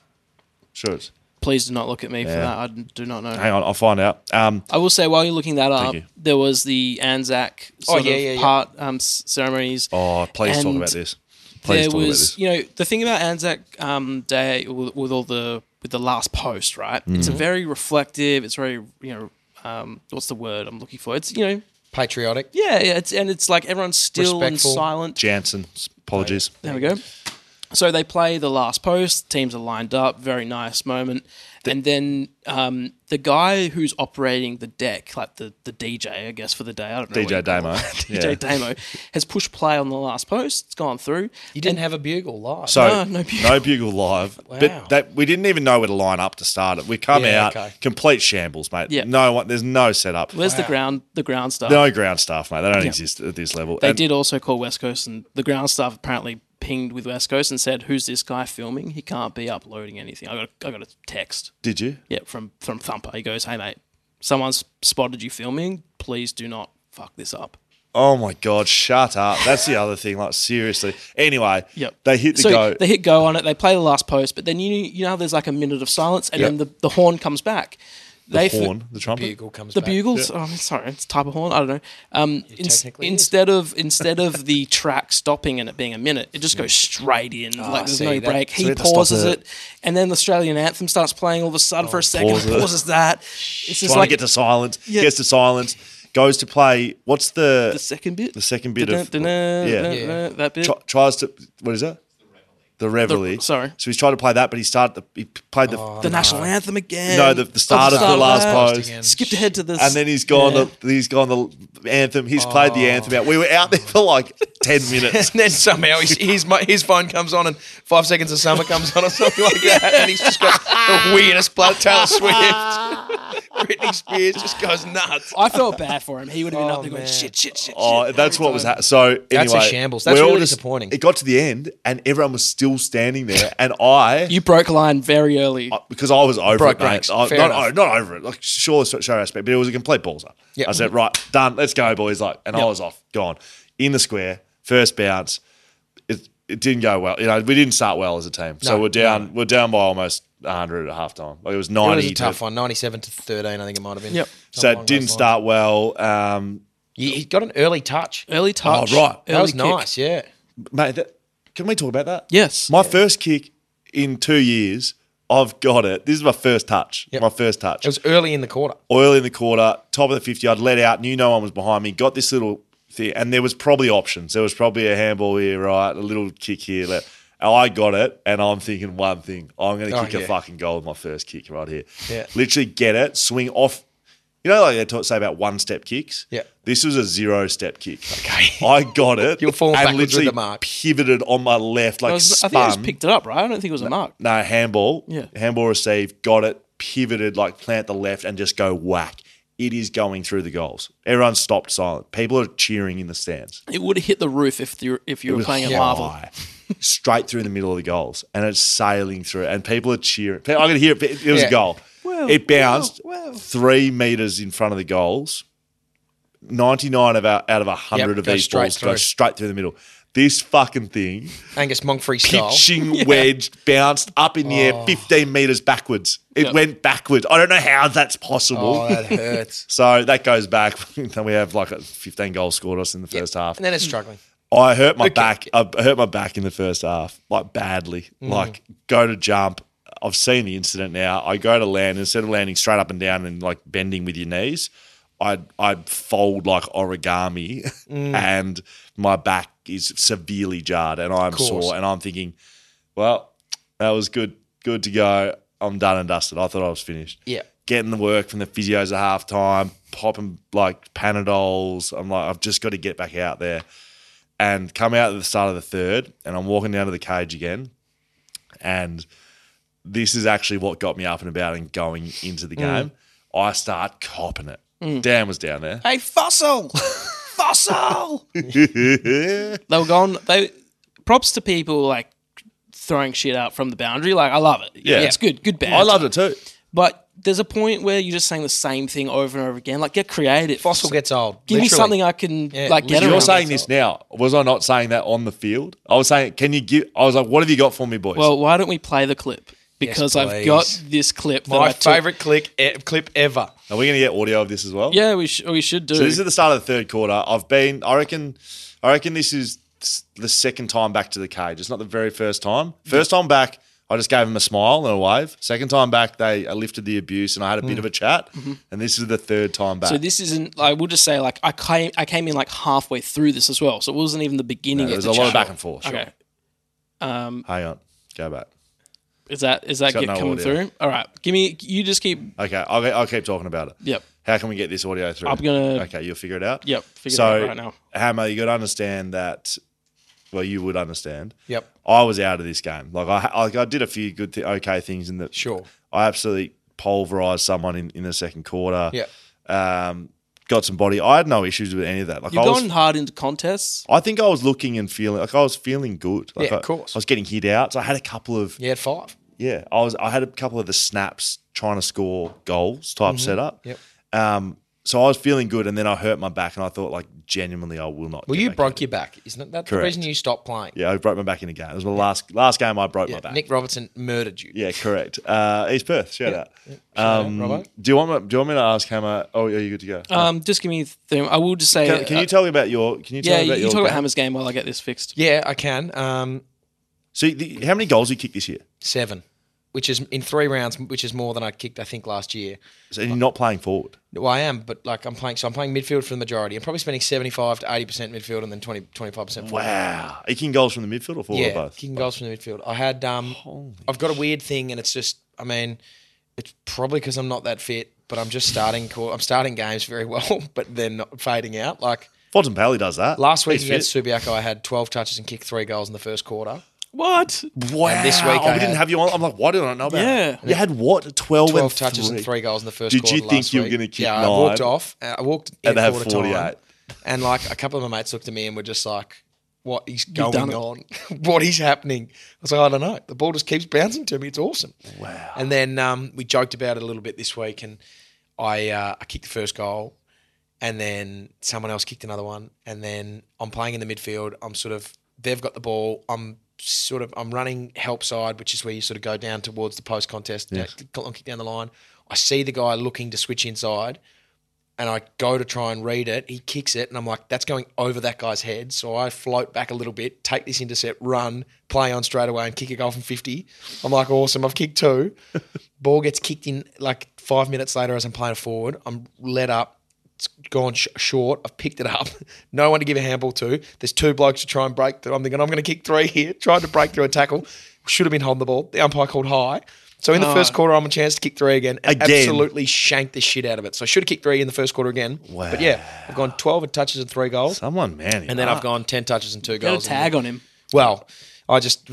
Sure, it's.
Please do not look at me for
Yeah.
that. I do not know.
Hang on, I'll find out. Um,
I will say while you're looking that up,
you.
there was the Anzac sort
Oh, yeah,
of
yeah, yeah.
part um, s- ceremonies.
oh, please talk
And
about this. Please
there
talk about
was,
this.
you know, the thing about Anzac um, Day with, with all the with the last post, right? It's a
Mm-hmm.
very reflective. It's very, you know, um, what's the word I'm looking for? It's you know,
Patriotic.
yeah, yeah. It's and it's like everyone's still and
Respectful.
silent.
Jansen, apologies.
There we go. So they play the last post. Teams are lined up. Very nice moment. and then um, the guy who's operating the deck, like the, the DJ, I guess for the day, I don't know. what
DJ
you call
Damo.
it.
Yeah.
DJ Damo has pushed play on the last post. It's gone through.
You didn't have a bugle live.
So
No,
no,
no bugle.
bugle. live,
Wow.
but that we didn't even know where to line up to start it. We come
Yeah,
out
okay.
complete shambles, mate.
Yeah.
No one, there's no setup,
Where's the ground? The ground staff.
no ground staff, mate. They don't exist at this level.
They
And
did also call West Coast, and the ground staff apparently pinged with West Coast and said, "Who's this guy filming? He can't be uploading anything." I got I got a text.
Did you?
Yeah, from from Thumper. He goes, "Hey mate, someone's spotted you filming. Please do not fuck this up."
Oh my god, shut up. That's the other thing. Like seriously. Anyway,
Yep.
they hit the
so
go.
They hit go on it. They play the last post, but then you you know how there's like a minute of silence, and
Yep.
then the, the horn comes back.
the
they f-
horn, the trumpet.
Bugle comes
the
back.
bugles. Oh, sorry, it's a type of horn. I don't know. Um, ins-
technically is.
instead of instead of the track stopping and it being a minute, it just goes straight in.
Ah,
like there's
see,
no
that-
break.
we
He
had to stop
pauses
it. Oh,
it. and then the Australian anthem starts playing all of a sudden for a second.
pause it.
pauses that. It's just
Trying
like
to get to silence.
Yeah.
Gets to silence. Goes to play. What's the,
the second bit.
the second bit of
Dun-dun-dun-dun,
yeah.
dun-dun, That bit.
Tr- tries to what is that? The reveille.
The- sorry. Oh.
So he's trying to play that, but he started the, he played the
the national anthem again.
no the, the start of the last
post.
post.
again.
Skipped ahead to this,
and then he's gone. The, he's gone the anthem. He's played
Oh.
the anthem out. We were out there for like ten minutes.
And then somehow his, his, mo- his phone comes on and Five Seconds of Summer comes on or something like that. And he's just got the weirdest blood Taylor Swift. Britney Spears just goes nuts.
I felt bad for him. He would have been up there going,
man.
shit, shit, shit.
Oh,
shit,
that's
every
what was
time.
happening. So
That's a
anyway,
shambles. That's
we're all
really disappointing.
It got to the end, and everyone was still standing there, and I.
You broke line very early.
because I was over
Broke
it, mate.
ranks.
I,
Fair
not,
enough.
oh, not over it. Like sure, so- sure aspect, but it was a complete ballser.
Yeah.
I said, right, done. Let's go, boys. Like, and I was off, gone in the square, first bounce. It it didn't go well. You know, we didn't start well as a team, so
No,
we're down. We're down by almost 100 at halftime. Like it was 90.
It was a tough
to,
one, 97 to 13, I think it might have been.
Yep.
So it didn't start well. Um,
He, he got an early touch.
Early touch.
Oh, right.
Early
that was
kick.
nice, yeah.
mate, that, can we talk about that?
Yes.
My first kick in two years. I've got it. This is my first touch. My first touch.
It was early in the quarter.
oil in the quarter, top of the 50. I'd let out, knew no one was behind me, got this little thing, and there was probably options. There was probably a handball here, right? A little kick here. Left. And I got it, and I'm thinking one thing I'm going to
Oh,
kick
yeah.
a fucking goal with my first kick right here.
Yeah.
Literally get it, swing off. You know, like they talk, say about one step kicks?
Yeah.
This was a zero step kick.
Okay.
I got it.
You were falling
and
backwards with
literally
the mark.
pivoted on my left, like
I, was- I
spun.
think I just picked it up, right? I don't think it was a mark.
No, handball.
Yeah.
Handball received, got it, pivoted, like plant the left and just go whack. It is going through the goals. Everyone stopped silent. People are cheering in the stands.
It would have hit the roof if you if you
It
were
was
playing at Marvel.
high. Straight through the middle of the goals. And it's sailing through. And people are cheering. I could hear it. It it was
Yeah.
a goal.
Well,
it bounced
well, well.
three meters in front of the goals. 99 of our, out of 100
Yep,
of
go
these
straight
balls go
through.
straight through the middle. This fucking thing
Angus Moncrief style.
pitching wedged, bounced up in the air,
Oh.
15 meters backwards. It
Yep.
went backwards. I don't know how that's possible.
Oh, that hurts.
so that goes back. then we have like a 15 goals scored us in the first half.
and then it's struggling.
I hurt my back. I hurt my back in the first half, like badly.
Mm.
Like go to jump. I've seen the incident now. I go to land instead of landing straight up and down and like bending with your knees. I I fold like origami,
Mm.
and my back is severely jarred, and I'm sore, and I'm thinking, well, that was good, good to go. I'm done and dusted. I thought I was finished
Yeah.
getting the work from the physios at half time, popping like panadols. I'm like, I've just got to get back out there. And come out at the start of the third, and I'm walking down to the cage again. And this is actually what got me up and about and going into
Mm.
the game. I start copping it. Dan was down there.
Hey, fossil, fossil.
yeah,
they were gone. They props to people like throwing shit out from the boundary. Like I love it.
Yeah.
it's good. Good bad.
I loved it too.
But there's a point where you're just saying the same thing over and over again. Like get creative.
Fossil gets old.
Give me
literally.
something I can
Yeah,
like get
literally.
around.
You're saying this now. Was I not saying that on the field? I was saying, can you give? I was like, what have you got for me, boys?
Well, why don't we play the clip? Because I've
please.
got this clip. that I
My
took.
favourite click, e- clip ever.
Are we going to get audio of this as well?
Yeah, we, sh- we should do.
So this is the start of the third quarter. I've been, I reckon, I reckon this is the second time back to the cage. It's not the very first time. First time back, I just gave him a smile and a wave. Second time back, they I lifted the abuse and I had a bit of a chat. And this is the third time back.
Mm. Mm-hmm. so this isn't. I will just say, like, I came, I came in like halfway through this as well, so it wasn't even the beginning.
there was
of the
a lot of
chat.
back and forth.
Okay, um,
Hang on, go back.
is that is that
It's got
get
no
coming
audio.
through? All right, give me. You just keep.
Okay, I'll, I'll keep talking about it.
Yep.
How can we get this audio through?
I'm gonna-
Okay, you'll figure it out.
Yep, figure it out right now.
Hammer, you got to understand that. Well, you would understand.
Yep.
I was out of this game. Like I, like I did a few good, th- okay things in the.
Sure.
I absolutely pulverized someone in, in the second quarter.
Yep.
Um, got some body. I had no issues with any of that. Like
You've
I was,
gone hard into contests.
I think I was looking and feeling like I was feeling good. Like
Yeah,
I,
of course.
I was getting hit out. So I had a couple of
Yeah, at five.
yeah, I was. I had a couple of the snaps trying to score goals type setup.
Mm-hmm. Yep.
Um, so I was feeling good, and then I hurt my back, and I thought like genuinely I will not.
Well,
get
you
back
broke
into
your back. Isn't that the
Correct.
reason you stopped playing?
it. Yeah, I broke my back in a game. It was my last last game. I broke my
Yeah,
back.
Nick Robertson murdered you.
Yeah, correct. Uh, East Perth. Shout out.
Shout out,
um,
Robbo.
do you want me, do you want me to ask Hammer? Oh, are you good to
Uh,
go?
Um, just give me. Th- I will just say.
can, can
uh,
you tell me about your? Can you tell
yeah,
me
you
about your
talk about
game?
Hammer's game while I get this fixed.
Yeah, I can. Um,
So, the, how many goals you kicked this year?
seven, which is in three rounds, which is more than I kicked, I think, last year.
So you're not playing forward.
Well, I am, but like I'm playing, so I'm playing midfield for the majority. I'm probably spending 75 to 80% midfield and then 20, 25% forward.
Wow, are you kicking goals from the midfield or forward
Yeah,
or both?
kicking goals from the midfield. I had, um, I've got a weird thing, and it's just, I mean, it's probably because I'm not that fit, but I'm just starting, cor- I'm starting games very well, but then not fading out. Like
Fulton Pally does that.
last week
He's
against
fit.
Subiaco, I had 12 touches and kicked three goals in the first quarter.
What?
wow.
and this week
oh,
I
we didn't
had-
have you on. I'm like, why did I not know about?
Yeah.
it? you had what? Twelve,
12
and
touches
three.
and three goals in the first
Did
quarter.
you think
last
you were
week.
gonna kick
Yeah, I
nine?
walked off. uh, I walked in
And
a
have
quarter
48.
time, and like a couple of my mates looked at me and were just like, "What is
done
going
it.
on? what is happening?" I was like, "I don't know." The ball just keeps bouncing to me. It's awesome. Wow. And then um, we joked about it a little bit this week, and I uh, I kicked the first goal, and then someone else kicked another one, and then I'm playing in the midfield. I'm sort of they've got the ball. I'm sort of I'm running help side, which is where you sort of go down towards the post contest, uh, long kick down the line. I see the guy looking to switch inside, and I go to try and read it. He kicks it, and I'm like, that's going over that guy's head. So I float back a little bit, take this intercept, run, play on straight away, and kick a goal from 50. I'm like, awesome. I've kicked two. Ball gets kicked in like five minutes later as I'm playing forward. I'm let up. It's gone sh- short. I've picked it up. no one to give a handball to. There's two blokes to try and break through. I'm thinking, I'm going to kick three here. Tried to break through a tackle. Should have been holding the ball. The umpire called high. So in the first quarter, I'm a chance to kick three again. and
Again.
Absolutely absolutely shanked the shit out of it. So I should have kicked three in the first quarter again.
Wow.
But yeah, I've gone 12 touches and three goals.
Someone man,
and then I've gone 10 touches and two
Got a
goals. in
tag
the-
on him.
Well, I just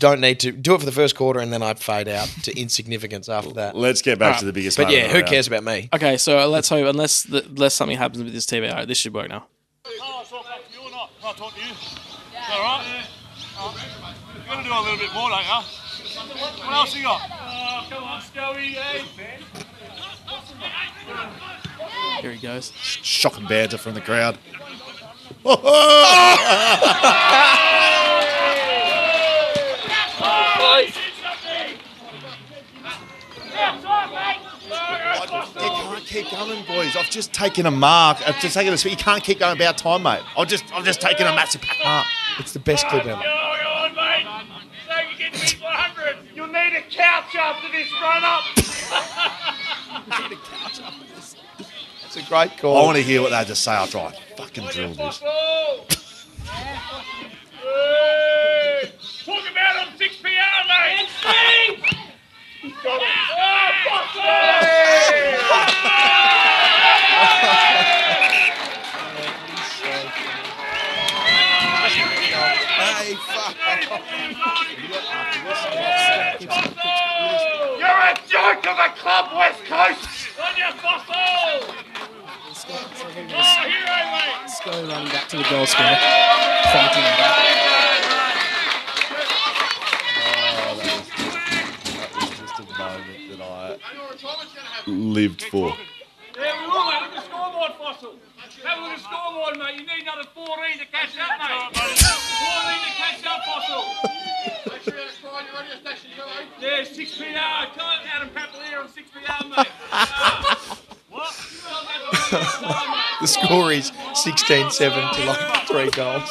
don't need to do it for the first quarter and then I fade out to insignificance after that.
Let's get back to the biggest.
But
moment
yeah,
of
who
the round.
cares about me?
Okay, so uh, let's hope unless the, unless something happens with this TV, all right, this should work now.
No, it's not up to you or not. Can I talk to you? Is that all right? You're going to do a little bit more, don't you? What else you got? Oh, come on, Scoey,
Here he goes.
Shocking banter from the crowd. They can't keep going, boys. I've just taken a mark. I've just taken a sweep. You can't keep going about time, mate. I've just, I've just taken a massive mark.
It's the best clip ever.
You'll need a couch after this run up.
It's a great
I
call.
want to hear what they had to say after I fucking drilled this.
Talk about on 6 PR, mate. And sing. Ah, Got it.
Hey, fuck.
You're a joke of a club, West Coast. On your fossil. Oh, hero, mate.
Let's go running back to the goal square. Fighting back.
Just a moment that I lived for.
Yeah, we will, mate. Look at the scoreboard, Fossil. Have a look at the scoreboard, mate. You need another 14 to catch up, mate. 14 to catch up, Fossil. Make sure you find your radio station, Yeah, 6 PR. Tell it Adam Papalier on 6 PR, mate. Ah. What?
The score is 16 7 to like three goals.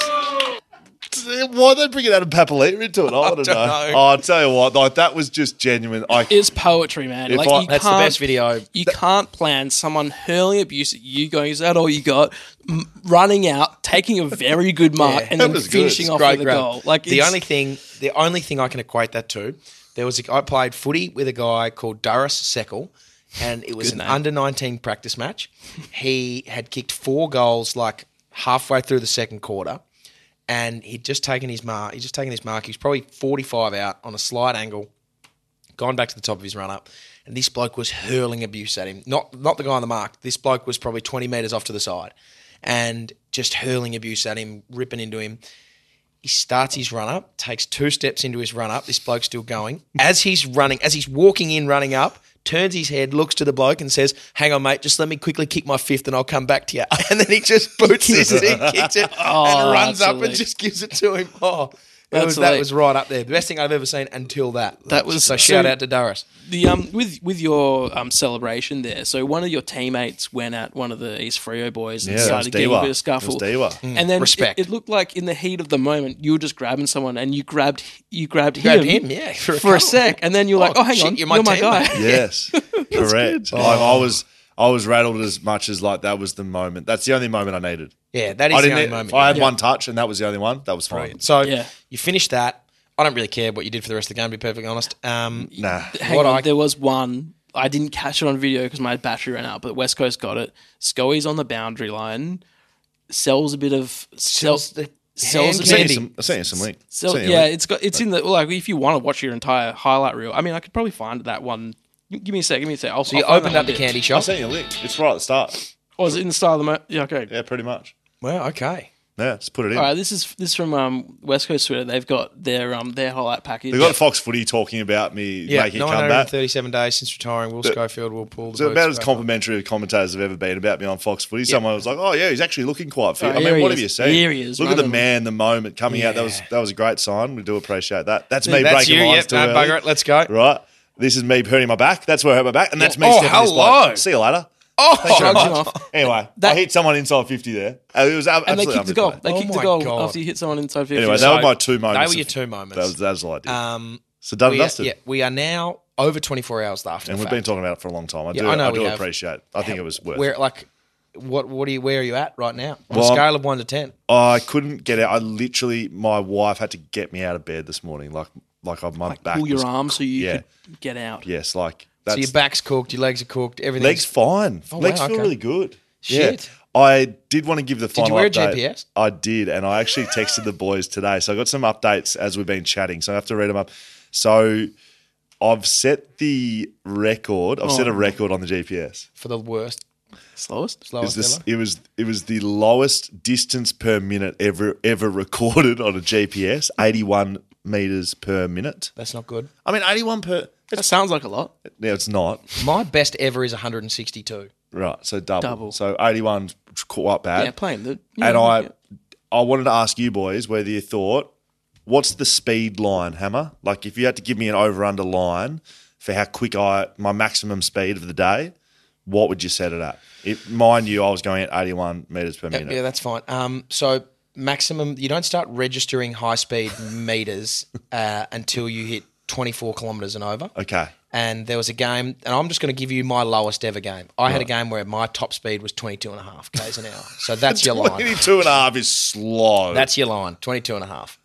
Why they bringing Adam Papalita into it? I want to
don't
know.
know.
Oh, I'll tell you what, like, that was just genuine. I
It's poetry, man.
If
like
I-
you
That's the
can't-
best video.
You can't plan someone hurling abuse at you, going, "Is that all you got?" M- running out, taking a very good mark, and then
was good.
finishing
It's
off
great
with a
grab.
goal. Like
the
it's-
only thing, the only thing I can equate that to, there was a, I played footy with a guy called Doris Seckel, and it was an
name.
under nineteen practice match. He had kicked four goals like halfway through the second quarter, and he'd just taken his mark. He'd just taken his mark. He was probably forty five out on a slight angle gone back to the top of his run up, and this bloke was hurling abuse at him. Not not the guy on the mark. This bloke was probably twenty meters off to the side, and just hurling abuse at him, ripping into him. He starts his run up, takes two steps into his run up. This bloke's still going. As he's running, as he's walking in, running up, turns his head, looks to the bloke, and says, "Hang on, mate, just let me quickly kick my fifth, and I'll come back to you." And then he just boots his, he kicks it, and runs
Oh, that's
up and
elite.
just gives it to him. Oh, that
That's
was, that
elite.
was right up there. The best thing I've ever seen until that.
That was-
so. Shout
so-
out to Doris.
The um with with your um celebration there. So one of your teammates went at one of the East Frio boys and
Yeah,
started
it was
getting a
Dewa.
bit of scuffle.
It was Dewa.
And then it-
Respect.
It, looked like in the heat of the moment you were just grabbing someone and you grabbed you grabbed,
Grabbed
him,
him, yeah, for
for,
a
a
cuddle.
sec, and then you're like,
Oh,
oh hang
shit,
on,
you're
you're
my
my,
teammate.
guy.
Yes, correct. Like, I was, I was rattled as much as like that was the moment. That's the only moment I needed.
Yeah, that
I
is the
didn't.
only
need-
moment.
if I had one touch and that was the only one, that was fine.
So
Yeah.
you finish that. I don't really care what you did for the rest of the game. To be perfectly honest, um,
Nah,
Hang
What
on,
I-
there was one. I didn't catch it on video because my battery ran out, but West Coast got it. Scoey's on the boundary line, sells a bit of sell,
Sells the hand
sells a
I sent
bit.
candy.
you some. I sent you some link.
So
Sent you a
yeah,
link.
it's got it's in the like if you want to watch your entire highlight reel. I mean, I could probably find that one. Gi- Give me a sec. Give me a sec. I'll,
so you
I'll
opened
find that
up
one
the
bit.
candy
I
shop.
sent you a link. It's right at the start.
Oh, is it in the style of the mo- yeah? Okay.
Yeah, pretty much.
Well, okay.
Yeah, just put it in.
All right. This is this is from um, West Coast Twitter. They've got their um their highlight package.
They got Fox Footy talking about me
Yeah,
making a comeback.
937 days since retiring. Will Schofield will pull the
So
boats
about as
back
complimentary of commentators have ever been about me on Fox Footy. Someone was like, "Oh yeah, he's actually looking quite fit."
Oh,
I
here
mean,
he
what
is.
have you seen?
Here he is,
Look at the
running.
man, the moment coming out. That was that was a great sign. We do appreciate that. That's me
That's
breaking
you,
lines
yep,
too
no,
early.
bugger it, let's go.
Right. This is me hurting my back. That's where I hurt my back, and that's me.
Oh,
stepping this
hello.
bloke. See you later.
up.
Thanks very
Oh,
Shrugs him
much.
off.
Anyway, I
That-
hit someone inside fifty there. Uh, It was ab-
and they
absolutely
kicked the goal.
unbelievable.
They
Oh
kicked
my
the goal
God.
after you hit someone inside 50.
Anyway,
So,
that was my two moments.
they were your
of-
two
That was
moments.
that was all I did.
um,
so done
we
and
are,
dusted.
yeah, we are now over 24 hours after.
And
the
we've been
fact.
talking about it for a long time. I
Yeah,
do.
I know
I
we
do
have.
appreciate. I think it was worth. it.
Where like, what? What are you? Where are you at right now? On
Well,
a scale of one to ten.
I couldn't get out. I literally, my wife had to get me out of bed this morning. Like, like I, my back.
Pull your
was-
arm so you
yeah.
could get out.
Yes, like
So
that's
your back's cooked, your legs are cooked, everything's
legs fine.
Oh,
legs
wow,
feel
okay.
really good.
Shit.
Yeah. I did want to give the final
you wear a
update.
GPS?
I did, and I actually texted the boys today. So I got some updates as we've been chatting. So I have to read them up. So I've set the record. I've
Oh.
set a record on the GPS.
for the worst,
Slowest.
slowest
Is this-
ever.
it was it was the lowest distance per minute ever ever recorded on a GPS, eighty one meters per minute.
That's not good.
I mean, eighty one per.
That sounds like a lot.
No, it's not
My best ever is 162.
right. So double.
Double.
So eighty one quite bad.
Yeah, playing the.
and
yeah,
I
yeah.
I wanted to ask you boys whether you thought what's the speed line, Hammer? Like if you had to give me an over under line for how quick I my maximum speed of the day, what would you set it at? It, mind you, I was going at eighty one meters per minute.
Yeah, that's fine. Um, so maximum, you don't start registering high speed meters uh, until you hit 24 kilometers and over.
Okay.
And there was a game, and I'm just going to give you my lowest ever game. I had a game where my top speed was 22 and a half k's an hour. So that's your line.
22 and a half is slow.
That's your line, 22 and a half.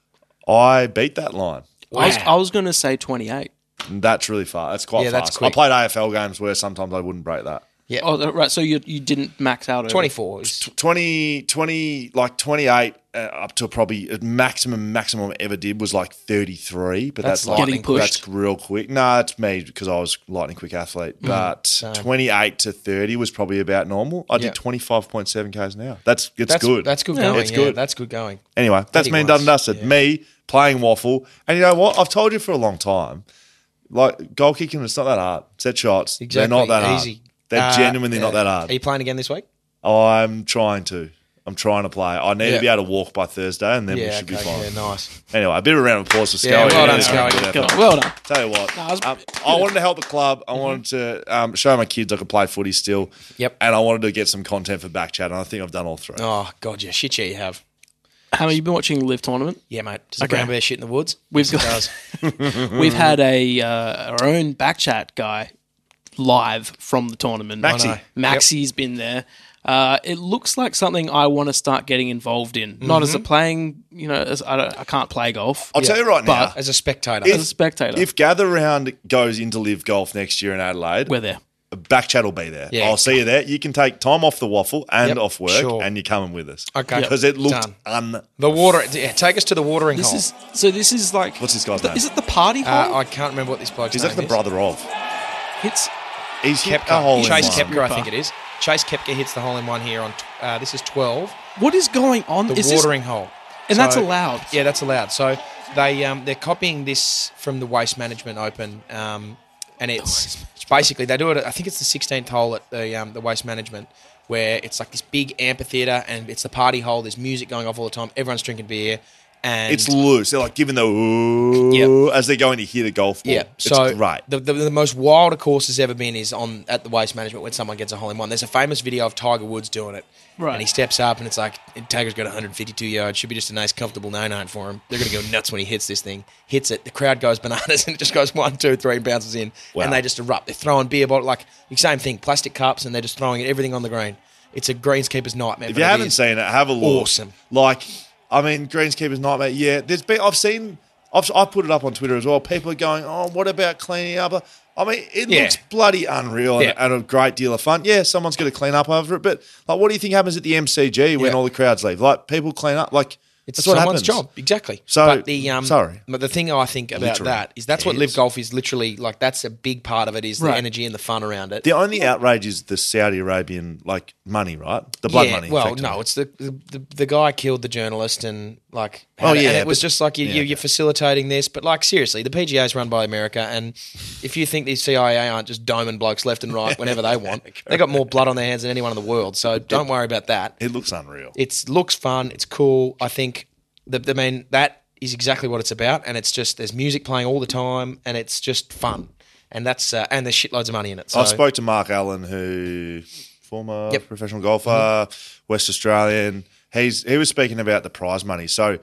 I beat that line.
I was, I was going to say 28.
And That's really far. That's quite
Yeah,
fast.
that's quick.
I played AFL games where sometimes I wouldn't break that.
Oh, right. So you you didn't max out. over-
24 is
20, 20 like 28 uh, up to probably uh, maximum maximum I ever did was like 33 but that's,
That's
like
lightning Getting pushed.
that's real quick no that's me because i was lightning quick athlete
Mm,
but 28 to 30 was probably about normal i
Yeah.
did 25.7 k's an hour that's it's
that's
good
That's good going.
it's
yeah,
good
That's good going.
anyway that's me and done and dusted me playing waffle and you know what i've told you for a long time like goal kicking it's not that hard set shots
Exactly.
they're not that
Easy.
hard they're
Uh,
genuinely not that hard
Are you playing again this week?
I'm trying to. I'm trying to play. I need
Yeah.
to be able to walk by Thursday, and then we
Yeah,
should be
okay,
fine.
yeah, nice.
Anyway, a bit of a round of applause for Scully.
Yeah, well done,
Yeah,
Scully.
good effort.
Good on. Well done.
Tell you what,
I was-
um, I wanted to help the club. I wanted to um, show my kids I could play footy still.
Mm-hmm. Yep.
And I wanted to get some content for back chat, and I think I've done all three.
Oh, God, yeah. Shit, yeah, you have.
Hammer, you've been watching Live Tournament.
Yeah, mate. Does a brown bear shit in the woods?
We've
Yes, it
got-
does.
We've had a uh, our own backchat guy live from the tournament.
Maxi. I know.
Maxi's been there. Uh, it looks like something I want to start getting involved in. Not as a playing, you know, as I, don't, I can't play golf.
I'll tell you right now,
As a spectator.
As a spectator,
if Gather Round goes into live golf next year in Adelaide,
we're there.
back chat will be there.
Yeah.
I'll see you there. You can take time off the waffle and
Yep,
off work,
sure.
and you're coming with us.
Okay.
Because it looked un.
The water. Yeah, take us to the watering
This
hole.
is so. This is like
What's this guy's
the-
name?
Is it the party
uh,
hole?
I can't remember what this bloke's
He's
name
like the
is.
brother of.
it's
He's hit a hole
Kepka.
in
Chase
one.
Kepka, I think it is. Chase Kepka hits the hole in one here on. T- uh, this is twelve.
what is going on?
The
is this-
watering hole.
And that's allowed.
Yeah, that's allowed. So they um, they're copying this from the Waste Management Open. Um, and it's basically they do it. at- I think it's the 16th hole at the um, the waste management, where it's like this big amphitheater and it's the party hole. There's music going off all the time. Everyone's drinking beer, and
It's loose. They're like giving the ooh as they're going to hit a golf ball.
yeah.
it's
So
great.
The, the the most wild a course has ever been is on at the waste management when someone gets a hole in one. There's a famous video of Tiger Woods doing it.
Right.
And he steps up and it's like and Tiger's got 152 yards. Should be just a nice comfortable nine iron for him. They're gonna go nuts when he hits this thing. Hits it. The crowd goes bananas and it just goes one, two, three, and bounces in.
Wow.
And they just erupt. They're throwing beer bottle like the same thing, plastic cups, and they're just throwing it everything on the green. It's a greenskeeper's nightmare.
If
but
you
it
haven't
is.
seen it, have a look.
Awesome.
Like, I mean, Greenskeeper's Nightmare. Yeah, there's been. I've seen. I've, I put it up on Twitter as well. People are going, "Oh, what about cleaning up?" I mean, it
Yeah.
looks bloody unreal
Yeah.
and, and a great deal of fun. Yeah, someone's going to clean up over it, but like, what do you think happens at the MCG when
Yeah.
all the crowds leave? Like, people clean up. Like,
It's
that's what
someone's
happens.
job, exactly.
So,
but the um,
sorry.
But the thing I think about
Literally.
that is that's what
It
live
is.
golf is literally like. That's a big part of it is the
Right.
energy and the fun around it.
The only outrage is the Saudi Arabian like money, right? The blood
yeah,
money.
Well,
effectively.
no, it's the, the the guy killed the journalist and like.
Oh,
had it-
yeah,
and it was
but-
just like you,
yeah,
you
okay.
you're facilitating this, but like seriously, the PGA is run by America, and if you think these CIA aren't just doming blokes left and right whenever they want, they got more blood on their hands than anyone in the world. So don't worry about that.
it looks unreal.
It looks fun. It's cool. I think. The, the- I mean, that is exactly what it's about, and it's just there's music playing all the time, and it's just fun, and that's uh, and there's shitloads of money in it. So
I spoke to Mark Allen, who former
Yep. Mm-hmm.
professional golfer, West Australian. He's he was speaking about the prize money. So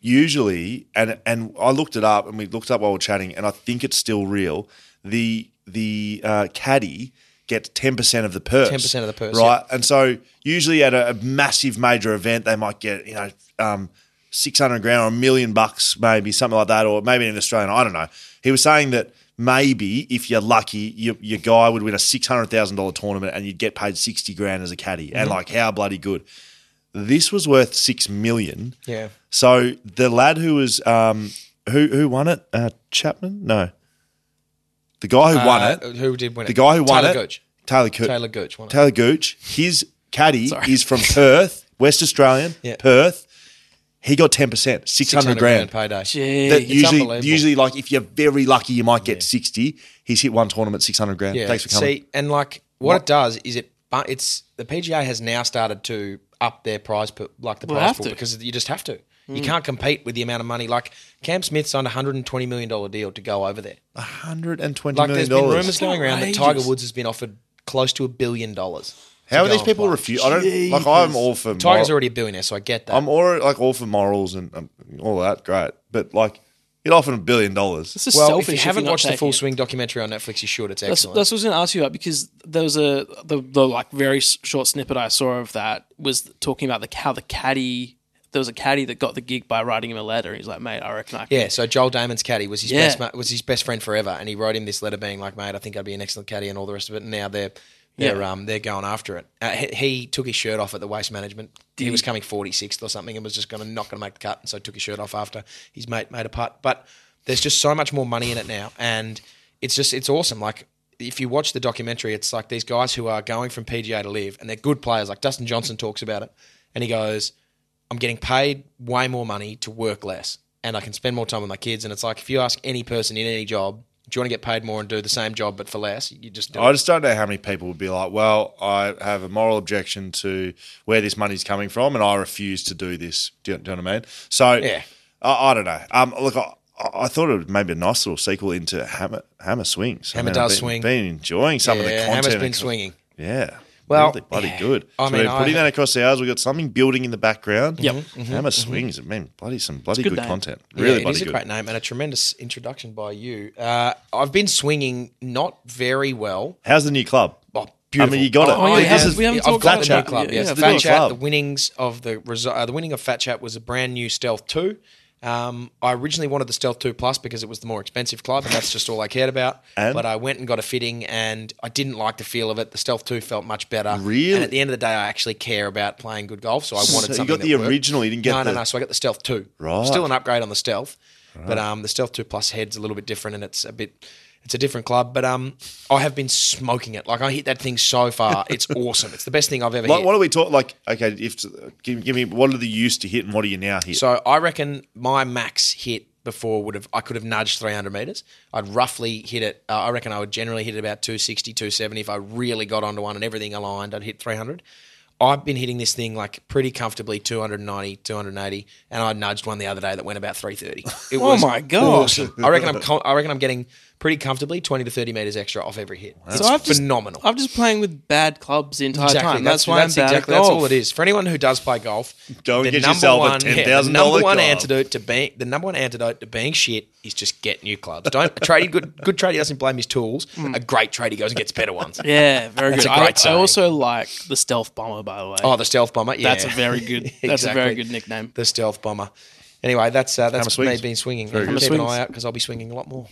usually, and and I looked it up, and we looked up while we were chatting, and I think it's still real. The the uh, caddy gets ten percent of the purse,
10% of the purse,
right? And so usually at a, a massive major event, they might get you know. Um, 600 grand or a million bucks, maybe something like that, or maybe an Australian. I don't know. He was saying that maybe if you're lucky, your, your guy would win a $600,000 tournament and you'd get paid 60 grand as a caddy. And
Mm-hmm.
like, how bloody good. This was worth 6 million.
yeah,
So the lad who was, um, who, who won it? Uh, Chapman? No. The guy who won
Uh,
it,
Who did win it?
the guy who won
Taylor
it,
Gooch.
Taylor Gooch.
Taylor Gooch won it.
Taylor Gooch, his caddy is from Perth, West Australian,
Yeah.
Perth. He got 10%, 600 grand.
payday.
That
Gee.
It's
usually,
unbelievable.
usually, like if you're very lucky, you might get sixty. He's hit one tournament, six hundred grand.
Yeah.
Thanks for coming.
See, and like what, it does is it, but it's the PGA has now started to up their prize pool, like the
Well,
prize
have
pool,
to.
because you just have to.
Hmm.
You can't compete with the amount of money. Like Cam Smith signed a hundred and twenty million dollar deal to go over there.
Hundred and twenty
Like there's
million
been
dollars.
rumors going around that
Outrageous.
Tiger Woods has been offered close to a billion dollars. to
How are
go
these
and
people
play.
refuse? I don't like. I'm all for
Tiger's
mor-
already a billionaire, so I get that.
I'm all like all for morals and um, all that. Great, but like you're offered a billion dollars.
This is
well, if
selfish.
you
you're
haven't
not
watched the
taking
Full
it.
Swing documentary on Netflix, you should. It's
That's,
excellent.
that's what I was going to ask you about because there was a the, the like very s- short snippet I saw of that was talking about the how the caddy there was a caddy that got the gig by writing him a letter. He's like, mate, I reckon I can.
Yeah, so Joel Damon's caddy was his
Yeah.
best mate, was his best friend forever, and he wrote him this letter being like, "Mate, I think I'd be an excellent caddy," and all the rest of it. And now they're they're
Yeah.
um they're going after it. Uh, he, he took his shirt off at the waste management. he, was coming forty sixth or something, and was just going to not going to make the cut, and so took his shirt off after his mate made a putt. But there's just so much more money in it now, and it's just it's awesome. Like if you watch the documentary, it's like these guys who are going from PGA to live, and they're good players. Like Dustin Johnson talks about it, and he goes. I'm getting paid way more money to work less and I can spend more time with my kids. And it's like, if you ask any person in any job, do you want to get paid more and do the same job but for less? You just do
I
it.
just don't know how many people would be like, well, I have a moral objection to where this money's coming from, and I refuse to do this. Do you, do you know what I mean? So,
Yeah.
I, I don't know. Um, look, I, I thought it would maybe a nice little sequel into Hammer Hammer Swings.
Hammer
I
does
I've been,
swing.
Been enjoying some of the
Yeah,
content.
Hammer's
and
been
co-
swinging.
Yeah.
Well,
really bloody good.
I
so
mean,
we're putting
I- Mm-hmm.
that across the hours. We've got something building in the background.
Yep.
Hammer swings. I mean, bloody some bloody
good
good,
name.
content.
Yeah,
Really
it
bloody
is a
good.
great name and a tremendous introduction by you. Uh, I've been swinging not very well.
How's the new club?
Oh, beautiful.
I mean, you got it.
Oh, yeah,
Like,
we
this
haven't-
is-
we haven't
I've got
talked about
the new
that.
club.
Yeah,
Yes,
yeah,
Fat
the
Chat.
club.
The winnings of the resu- uh, the winning of Fat Chat was a brand new Stealth Two. Um, I originally wanted the Stealth Two Plus because it was the more expensive club, and that's just all I cared about.
And?
But I went and got a fitting, and I didn't like the feel of it. The Stealth Two felt much better.
Really?
And at the end of the day, I actually care about playing good golf, so I
So
wanted
you
something.
got
that
the
worked.
original, you didn't get
no,
the-
no, no. So I got the Stealth Two.
Right.
Still an upgrade on the Stealth, but um, the Stealth Two Plus head's a little bit different, and it's a bit. It's a different club, but um, I have been smoking it. Like I hit that thing so far, it's awesome. It's the best thing I've ever
Like,
hit.
what are we talking? Like, okay, if give, give me what are the used to hit and what are you now hit?
So I reckon my max hit before would have I could have nudged 300 meters. I'd roughly hit it. Uh, I reckon I would generally hit it about 260, 270 if I really got onto one and everything aligned. I'd hit 300. I've been hitting this thing like pretty comfortably 290, 280, and I nudged one the other day that went about 330. It
Oh my God.
awesome. I reckon I'm com- I reckon I'm getting pretty comfortably 20 to 30 meters extra off every hit. It's
I've just-
phenomenal.
I'm just playing with bad clubs the entire
Exactly.
time.
That's,
That's, why
that's
I'm bad
exactly
at
that's
golf.
all it is. For anyone who does play golf,
Go and
the
get
number
yourself a
one- yeah, the
$10,000
number one
club.
antidote to being the number one antidote to being shit is just get new clubs. Don't a tradie good good tradie doesn't blame his tools. A great tradie goes and gets better ones.
Mm. Yeah, very
That's
good.
a great
I, I
saying.
also like the stealth bomber, by the way.
Oh, the stealth bomber. Yeah.
that's a very good. That's a
Exactly.
very good nickname.
the stealth bomber. Anyway, that's uh, that's
Hammer
me
swings.
been swinging.
Very
Keep
good.
an
swings.
eye out because I'll be swinging a lot more.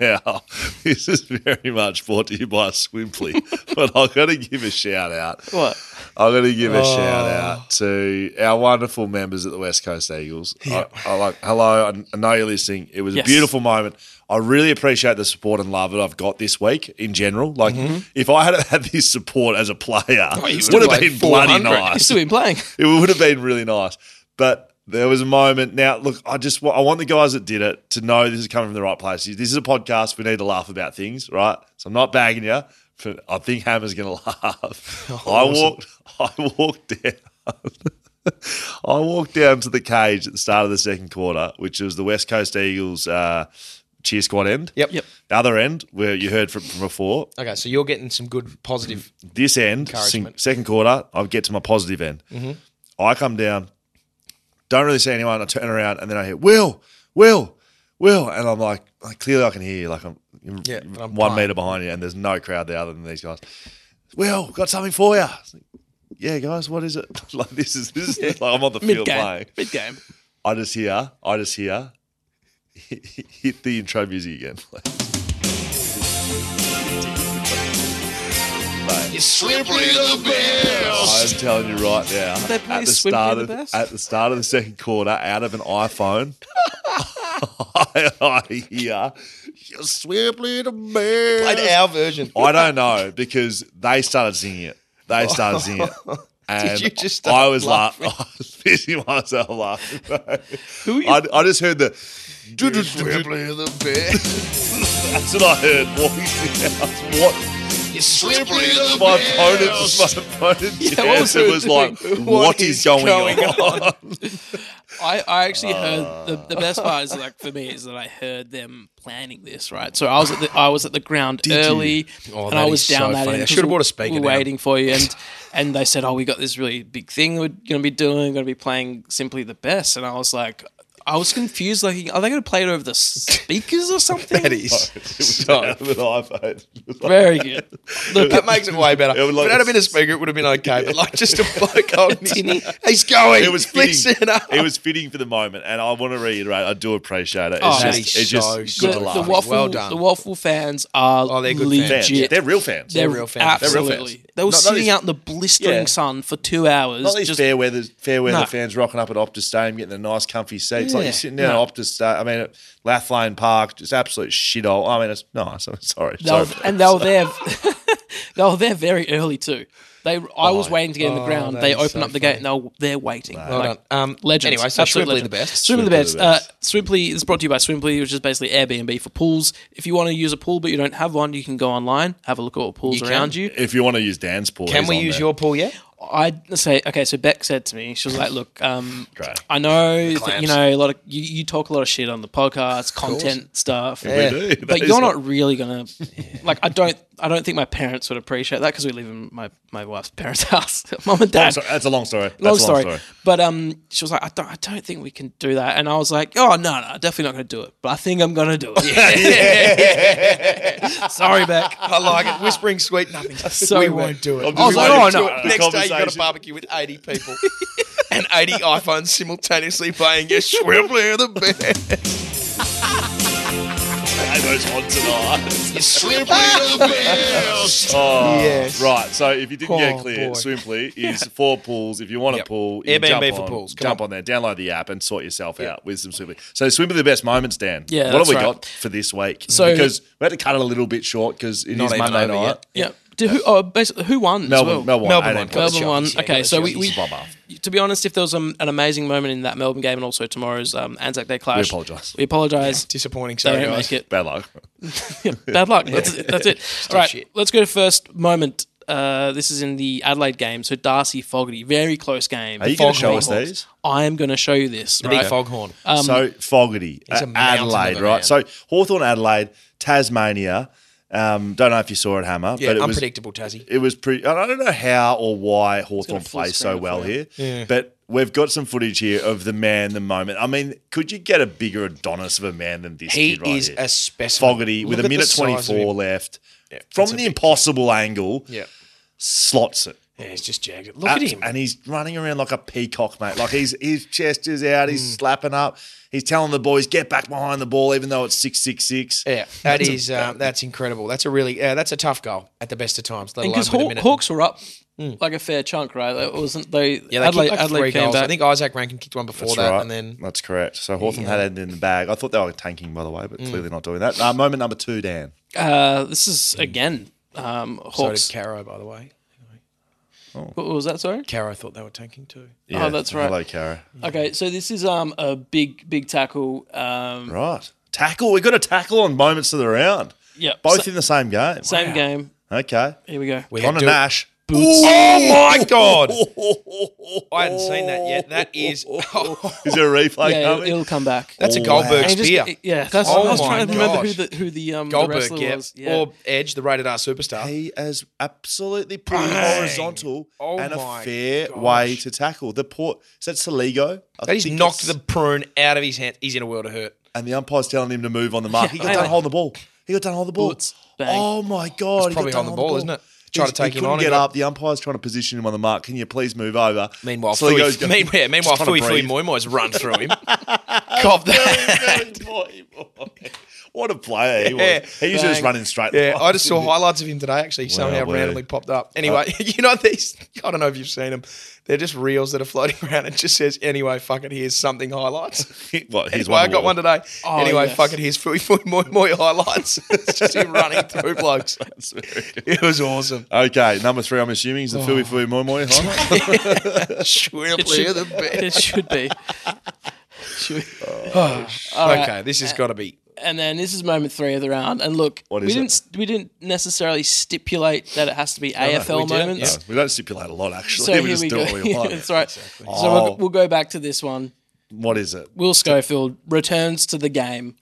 Now, this is very much brought to you by Swimply, but I've got to give a shout out.
What? Oh.
I've got to give a shout out to our wonderful members at the West Coast Eagles. I, I like, hello, I- I know you're listening. It was a
Yes.
beautiful moment. I really appreciate the support and love that I've got this week in general. Like,
Mm-hmm.
if I had had this support as a player,
Oh,
it
still
would have
played
been bloody
400.
You've
nice
still been playing.
it would have been really nice. But there was a moment. Now, look, I just wa- I want the guys that did it to know this is coming from the right place. This is a podcast. We need to laugh about things, right? So I'm not bagging you. but I think Hammer's going to laugh. I walked. I walked down. I walked down to the cage at the start of the second quarter, which was the West Coast Eagles uh, cheer squad end.
Yep. Yep.
The other end, where you heard from, from before,
Okay, so you're getting some good positive.
this end,
Encouragement. Mm-hmm.
sing- second quarter, I get to my positive end. I come down, don't really see anyone. I turn around and then I hear Will, Will, Will, and I'm like, like, clearly I can hear you. Like I'm, you're
Yeah, but I'm
one
blind.
meter behind you, and there's no crowd there other than these guys. Will, got something for you. Yeah, guys, what is it? like this is this is like I'm on the
Mid
field
game.
playing.
Mid game.
I just hear, I just hear, hit the intro music again, please. I'm telling you right now.
They play
at the
Swimply
start
the
of
best?
at the start of the second quarter, out of an iPhone, I, I hear you Swimply the best.
Played our version.
I don't know because they started singing it. They started singing it. And
you just start
I was
laughing?
laughing. I was pissing myself laughing.
Who are you?
I, I just heard the. That's what I heard walking through the house. What? My opponent, my opponent,
what was
yes,
he
it was like,
doing?
what is going, on?
I, I actually heard the, the
Uh.
best part is like for me is that I heard them planning this right. So I was at the I was at the ground early
Oh,
and
that
I was
is
down
so
that
funny.
end.
I should've brought a speaker
We're
down.
waiting for you and and they said, oh, we got this really big thing we're going to be doing. We're going to be playing simply the best. And I was like, I was confused. Like, are they going to play it over the speakers or something?
That is.
It was out of an iPhone.
very good. Look,
That makes it way better.
It would like-
if it had been a speaker, it would have been okay. But like just a bloke holding his, he's going.
It was fitting.
Listen up.
It was fitting for the moment, and I want to reiterate. I do appreciate it. It's
Oh,
just,
that
is
it's just
so
good
the,
to
the
laugh.
waffle,
Well done.
the waffle fans are
Oh, they're good fans.
legit.
fans. They're real fans.
They're
They're real fans. They're
real
Absolutely.
fans.
They were
Not- not
sitting
these-
out in the blistering
Yeah.
sun for two hours.
Not these
just-
fair weather, fair weather
No.
fans rocking up at Optus Stadium, getting the nice comfy seats. Like
Yeah.
you're sitting down
No.
at Optus Stadium. I mean, at Lathlane Park, just absolute shithole. I mean, it's nice. I'm sorry.
they were,
Sorry.
and they were there. they were there very early too. They, I was
Oh,
waiting to get in the ground. They opened up the gate and they were there waiting.
Well
Like,
done. Um,
legends. Uh,
Anyway, so
Absolute
Swiftly
legend.
the best.
Swimply the
Swimply
best.
the
Uh,
best.
Swimply is brought to you by Swimply, which is basically Airbnb for pools. If you want to use a pool but you don't have one, you can go online, have a look at what pools
You
around
can.
you.
if you want to use Dan's port,
Can we use your pool yet?
I say okay. So Beck said to me, she was like, "Look, um,
Great.
I know that, you
Clamps.
know a lot of you, you talk a lot of shit on the podcast, content stuff,
We do. That
but
is
you're
what-
not really gonna like. I don't. I don't think my parents would appreciate that because we live in my my wife's parents' house, mom and
Long
dad.
story- That's a long story. That's
Long
a
story. But um, she was like, I don't, I don't think we can do that. And I was like, oh, no, no, definitely not going to do it. But I think I'm going to do it. Sorry, Beck.
I like it. Whispering sweet nothing.
So
we
bad.
won't do it.
I'm just
was like,
waiting
oh,
for
no.
the
Next day you got a
conversation.
barbecue with eighty people and eighty iPhones simultaneously playing your Swiftly the best.
Hey, those odds and odds.
Yes.
Oh, Right. So if you didn't get
Oh,
clear,
boy.
Swimply is four pools. If you want
Yep.
a pool, you
Airbnb
jump
for
on,
pools. Come
Jump
on.
on. there, download the app, and sort yourself out with some Swimply. So Swimply, the best moments, Dan.
Yeah,
What have
that's
we
right.
got for this week?
So-
because we had to cut it a little bit short because it is
Not even
Monday
over
night.
yet.
Yep. Do who? Oh, basically, who won? as
Melbourne,
well?
Melbourne,
Melbourne
18
won.
points.
Got the
Melbourne won.
Sharkies, yeah, got
okay,
the
so we,
Sharkies.
we
It's a bummer.
to be honest, if there was um, an amazing moment in that Melbourne game and also tomorrow's um, Anzac Day clash,
apologise.
We apologise.
Disappointing.
They
Sorry,
don't
guys.
make it.
Bad luck.
Bad luck. That's it. That's it. All right,
shit.
let's go to first moment. Uh, this is in the Adelaide game. So Darcy Fogarty, very close game.
Are you gonna
Fogarty
show us
Hawks.
these?
I am going to show you this.
The big
Right?
foghorn.
so Fogarty,
he's a
uh,
mountain of a
Adelaide,
man.
right? So Hawthorn, Adelaide, Tasmania. Um, don't know if you saw it, Hammer,
yeah,
but it was
unpredictable, Tassie.
it was pretty. and I don't know how or why Hawthorn
full
plays
screen
so
it
well
for you.
here, but we've got some footage here of the man, the moment. I mean, could you get a bigger Adonis of a man than this
He
kid right
is
here?
a specimen.
Fogarty
Look
with a
at the
minute
size of
24
him.
left
that's
from
a
the
big-
impossible angle,
Yeah.
slots it.
Yeah, he's just jagged. Look at
Abs-
him.
And he's running around like a peacock, mate. Like he's his chest is out,
Mm.
he's slapping up, he's telling the boys, get back behind the ball, even though it's six six six.
Yeah, that is um, that's incredible. That's a really yeah, that's a tough goal at the best of times. Let alone
Because
with a
Haw-
minute. Hmm.
Hawks were up like a fair chunk, right? It wasn't they?
yeah, they
Adelaide,
kicked like
Adelaide
three
came
goals.
back.
I think Isaac Rankin kicked one before that, and then
that's correct. So Hawthorn had it in the bag. I thought they were tanking, by the way, but
Mm.
clearly not doing that. Uh, moment number two,
Oh,
Dan.
uh, this
Hmm.
is again um,
so
Hawks.
did Caro. By the way,
what was that? Sorry.
Caro thought they were tanking too.
Oh, that's right.
Hello, Cara.
Okay, so this is um a big big tackle. Um,
Right. Tackle. We got a tackle on moments of the round.
yeah,
Both
sa-
in the same game.
same game.
Okay.
Here we go.
We had
Connor
do-
Nash.
Oh my god!
I
I hadn't seen that yet. That is
Is there a replay
yeah, it'll,
coming?
it'll come back.
that's a
Oh,
Goldberg
wow.
And just-
spear.
yeah, that's.
Oh
I was
my
trying to remember who
gosh.
the who the um the
Goldberg,
wrestler
yeah.
was. Yeah.
or Edge, the rated R superstar.
He has absolutely put it horizontal
Oh
and a
my
fair
gosh.
way to tackle. The port is that Saligo? I
that he's
think
knocked
it's-
the prune out of his hand. He's in a world of hurt.
and the umpire's telling him to move on the mark. he got
I
done
know.
holding the ball. He got done holding the ball.
Boots, bang.
Oh my god!
It's probably
he got done
on the
holding
ball, isn't it? Try to
He
take him
couldn't
on and
Get
got-
up. The umpire's trying to position him on the mark. Can you please move over?
Meanwhile,
Saligo's
Fui,
got-
mean- yeah, meanwhile,
just trying
Fui
to
Fui
breathe.
Moi Moi's run through him. Cop that.
Boy, boy. What a player he was.
Yeah.
He usually just
Bang.
running straight.
Yeah,
lines,
I Uh, just saw
didn't he?
highlights of him today. Actually, somehow
boy.
randomly popped up. Anyway, you know these. I don't know if you've seen them. They're just reels that are floating around. It just says, "Anyway, fuck it. Here's something highlights."
What, he's
Anyway, I
won
got
the war.
one today.
Oh,
anyway,
yes.
fuck it. Here's fui fui moi moi highlights. it's just him running through blokes.
That's very good.
It was awesome.
Okay, number three, I'm assuming, is the
Oh.
Fui Fui Moi Moi highlight.
It
Shrimply of
should,
the best.
it should be. Should we-
Okay, this
Uh,
has got to be.
and then this is moment three of the round. And look,
What
we
is it?
didn't we didn't necessarily stipulate that it has to be AFL
didn't,
moments.
we don't stipulate a lot, actually.
So
we
here
just
we
do
go.
what we want.
That's right. So
Oh.
we'll, we'll go back to this one.
What is it?
Will Schofield returns to the game.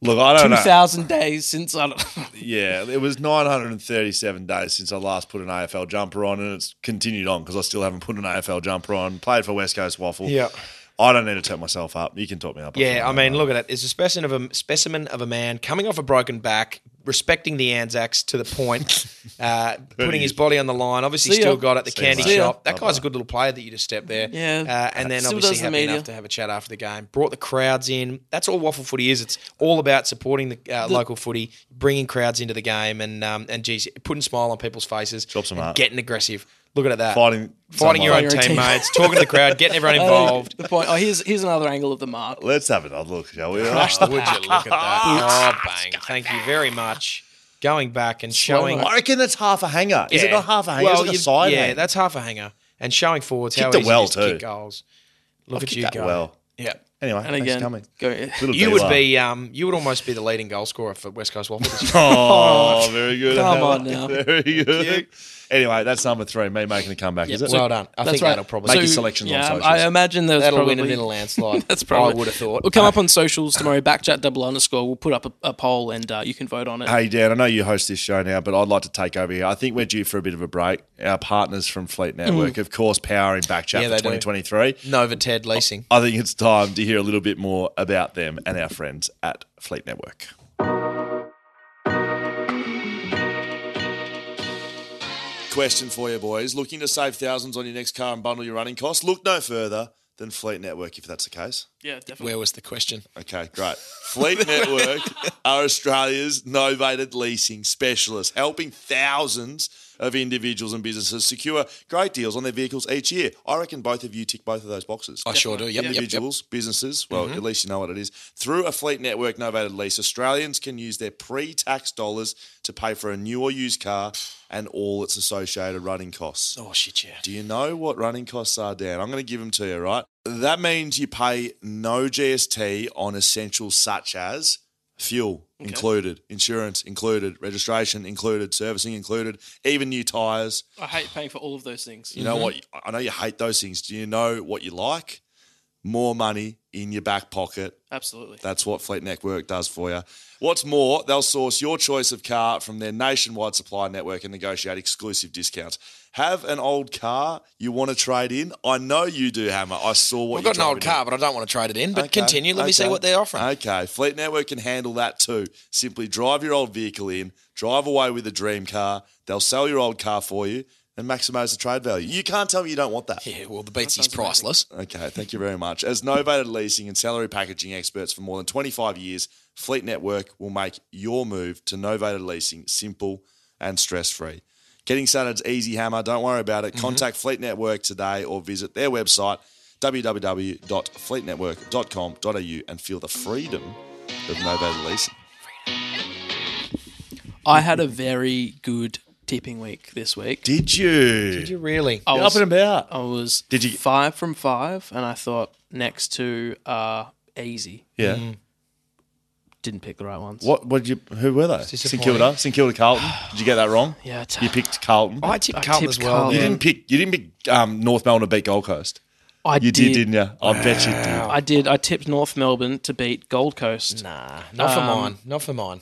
Look, I don't
Two
know.
thousand days since I don't.
Yeah, it was 937 days since I last put an AFL jumper on, and it's continued on because I still haven't put an AFL jumper on. Played for West Coast Waffle.
Yeah.
I don't need to turn myself up. You can talk me up.
Yeah, I
feel like
mean, look at that. It's a specimen of a specimen of a man coming off a broken back, respecting the Anzacs to the point, uh, putting his body on the line. Obviously,
See ya.
still got at the
ya,
candy
mate.
shop. That guy's a good little player that you just stepped there.
Yeah.
uh, and then
Still
obviously
does the
happy
media.
enough to have a chat after the game. Brought the crowds in. That's all waffle footy is. It's all about supporting the, uh, local footy, bringing crowds into the game, and um, and geez, putting smile on people's faces,
Drop some
and
art.
getting aggressive. Look at that.
Fighting
Fighting your
someone.
own
Fighting your own
teammates, talking to the crowd, getting everyone involved.
The point. Oh, here's here's another angle of the mark.
Let's have another look, shall
Oh,
we?
would you look at that? oh, bang. Thank you very much. Going back and showing.
I reckon that's half a hanger. Is it
Yeah.
not half a hanger? it's like a
you-
side
Yeah,
hanger.
that's half a hanger. And showing forwards how
Kicked it
easy
well
it is to
too.
kick goals. Look at
Kicked
you
that
go.
well.
Yeah.
Anyway,
And
thanks for
again,
coming.
go.
Little
You would
D-line.
be, um, you would almost be the leading goal scorer for West Coast Waffles.
Oh, very good.
Come
Howard.
on now.
Very good. Anyway, that's number three. Me making a comeback, is it?
well done. I think that'll probably
Make your selections on socials.
I imagine there's
that'll
probably
win it in a landslide.
That's probably.
I would have thought.
We'll come up on socials tomorrow. Backchat double underscore. We'll put up a, a poll and uh, you can vote on it.
Hey Dan, I know you host this show now, but I'd like to take over here. I think we're due for a bit of a break. Our partners from Fleet Network, of course, powering Backchat
Mm. Yeah,
for
they do.
2023.
Nova Ted leasing.
I think it's time to hear a little bit more about them and our friends at Fleet Network. Question for you, boys. Looking to save thousands on your next car and bundle your running costs? Look no further than Fleet Network if that's the case.
yeah, definitely.
Where was the question?
Okay, great. Fleet Network are Australia's novated leasing specialists, helping thousands of individuals and businesses secure great deals on their vehicles each year. I reckon both of you tick both of those boxes.
I sure do. Yep, Mm-hmm. yep, yep.
Individuals, businesses, well, at least you know what it is. Through a fleet network novated lease, Australians can use their pre tax dollars to pay for a new or used car and all its associated running costs.
Oh shit, yeah.
Do you know what running costs are, Dan? I'm going to give them to you, right? That means you pay no GST on essentials such as fuel included, insurance included, registration included, servicing included, even new tyres.
I hate paying for all of those things.
You know what? I know you hate those things. Do you know what you like? More money in your back pocket
Absolutely.
that's what Fleet Network does for you. What's more, they'll source your choice of car from their nationwide supply network and negotiate exclusive discounts. Have an old car you want to trade in? I know you do, Hammer. I saw what
I've
you're
got an old
driving
car,
in.
but I don't want to trade it in. But
Okay,
continue. Let me see
okay,
what they're offering.
Okay, Fleet Network can handle that too. Simply drive your old vehicle in, drive away with a dream car. They'll sell your old car for you and maximize the trade value. You can't tell me you don't want that.
Yeah, well, the Beatsy's priceless.
Okay, thank you very much. As novated leasing and salary packaging experts for more than 25 years, Fleet Network will make your move to novated leasing simple and stress free. Getting started's easy, Hammer. Don't worry about it. Contact Fleet Network today or visit their website www.fleetnetwork.com.au and feel the freedom of novated leasing.
I had a very good tipping week this week.
Did you? Did
you really?
I was,
about?
I was
Did you-
five from five, and I thought next two are easy.
Yeah.
Didn't pick the right ones.
Mm. What? What did you? Who were they? St
disappointing.
Kilda. St Kilda Carlton. Did you get that wrong?
Yeah, it's-
you picked Carlton.
I tipped
I
Carlton
tipped
as well.
Carlton.
You
Yeah.
didn't pick. You didn't pick um, North Melbourne to beat Gold Coast.
I
You did, didn't you? I bet you did.
I did. I tipped North Melbourne to beat Gold Coast.
Nah, not for mine. Not for mine.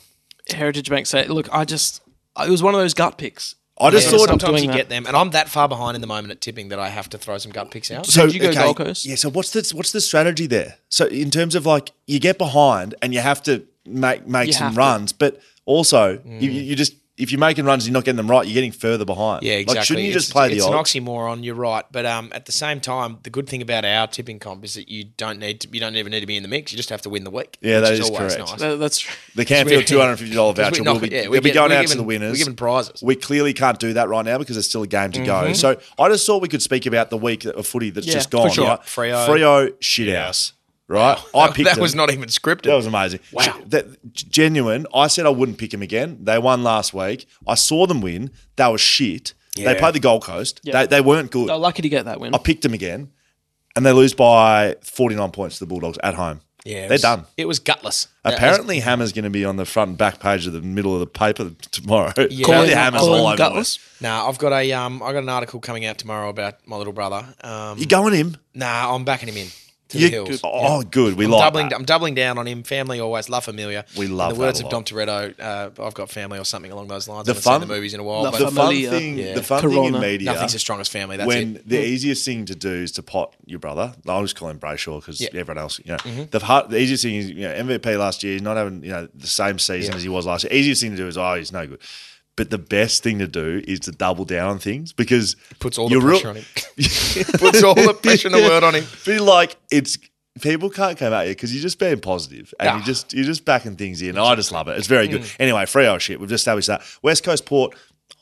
Heritage Bank said, "Look, I just it was one of those gut picks.
I just
Yeah,
thought.
stop
Sometimes
doing
you
that.
get them, and I'm that far behind in the moment at tipping that I have to throw some gut picks out.
So
Did you go Gold Coast?
Yeah. So what's the what's the strategy there? So in terms of like you get behind and you have to make make
You
some
have to. Mm.
runs, but also you, you you just if you're making runs and you're not getting them right, you're getting further behind.
Yeah, exactly.
Like, shouldn't you
It's-
just play
it's
the
an
odds?
oxymoron. You're right, but um, at the same time, the good thing about our tipping comp is that you don't need to, you don't even need to be in the mix. You just have to win the week.
Yeah, that
which
is
always
correct.
That- that's true.
The Canfield two hundred and fifty dollar
'Cause we
voucher will
knock
be,
it- yeah, we
will be
get-
going
we're
out to
giving-
the winners.
we're giving prizes. Mm-hmm.
We clearly can't do that right now because there's still a game to go. So I just thought we could speak about the week of footy that's
Yeah,
just
for
gone.
sure.
Right?
Freo.
Freo shithouse. Right, I picked
that
them.
was not even scripted.
That was amazing. Wow. That, genuine. I said I wouldn't pick them again. They won last week. I saw them win. They were shit. They played the Gold Coast. They, they weren't good.
They're lucky to get that win.
I picked them again, and they lose by 49 points to the Bulldogs at home.
Yeah, it
They're
was-
done.
It was gutless. That was-
Apparently, Hammer's going to be on the front and back page of the middle of the paper tomorrow. Apparently,
Calling-
Hammer's
calling
all over
gutless?
this.
nah, I've got a um, I got an article coming out tomorrow about my little brother. Um,
You going him?
nah, I'm backing him in to
You-
the hills.
Oh, good. We
I'm
like
doubling.
that.
I'm doubling down on him. Family always love familiar.
We love
In the words
that a
of Dom
lot.
Toretto. Uh, I've got family or something along those lines.
The
I haven't seen
fun-
the movies in a while.
The
but
the fun
Familiar.
thing,
Yeah.
the fun thing in
Corona.
media.
nothing's as strong as family. That's
when
it.
the easiest thing to do is to pot your brother. I'll just call him Brayshaw because
Yeah. Mm-hmm.
everyone else, you know, the hard, the easiest thing is you know MVP last year. He's not having you know the same season as he was last year. Easiest thing to do is oh he's no good. But the best thing to do is to double down on things because
Puts all the
you're real-
pressure on him. Puts all the pressure in the world on him.
But like it's people can't come at you because you're just being positive and
Ah.
you just you're just backing things in. I just love it. It's very good.
Mm.
Anyway, Freo shit. We've established that West Coast Port.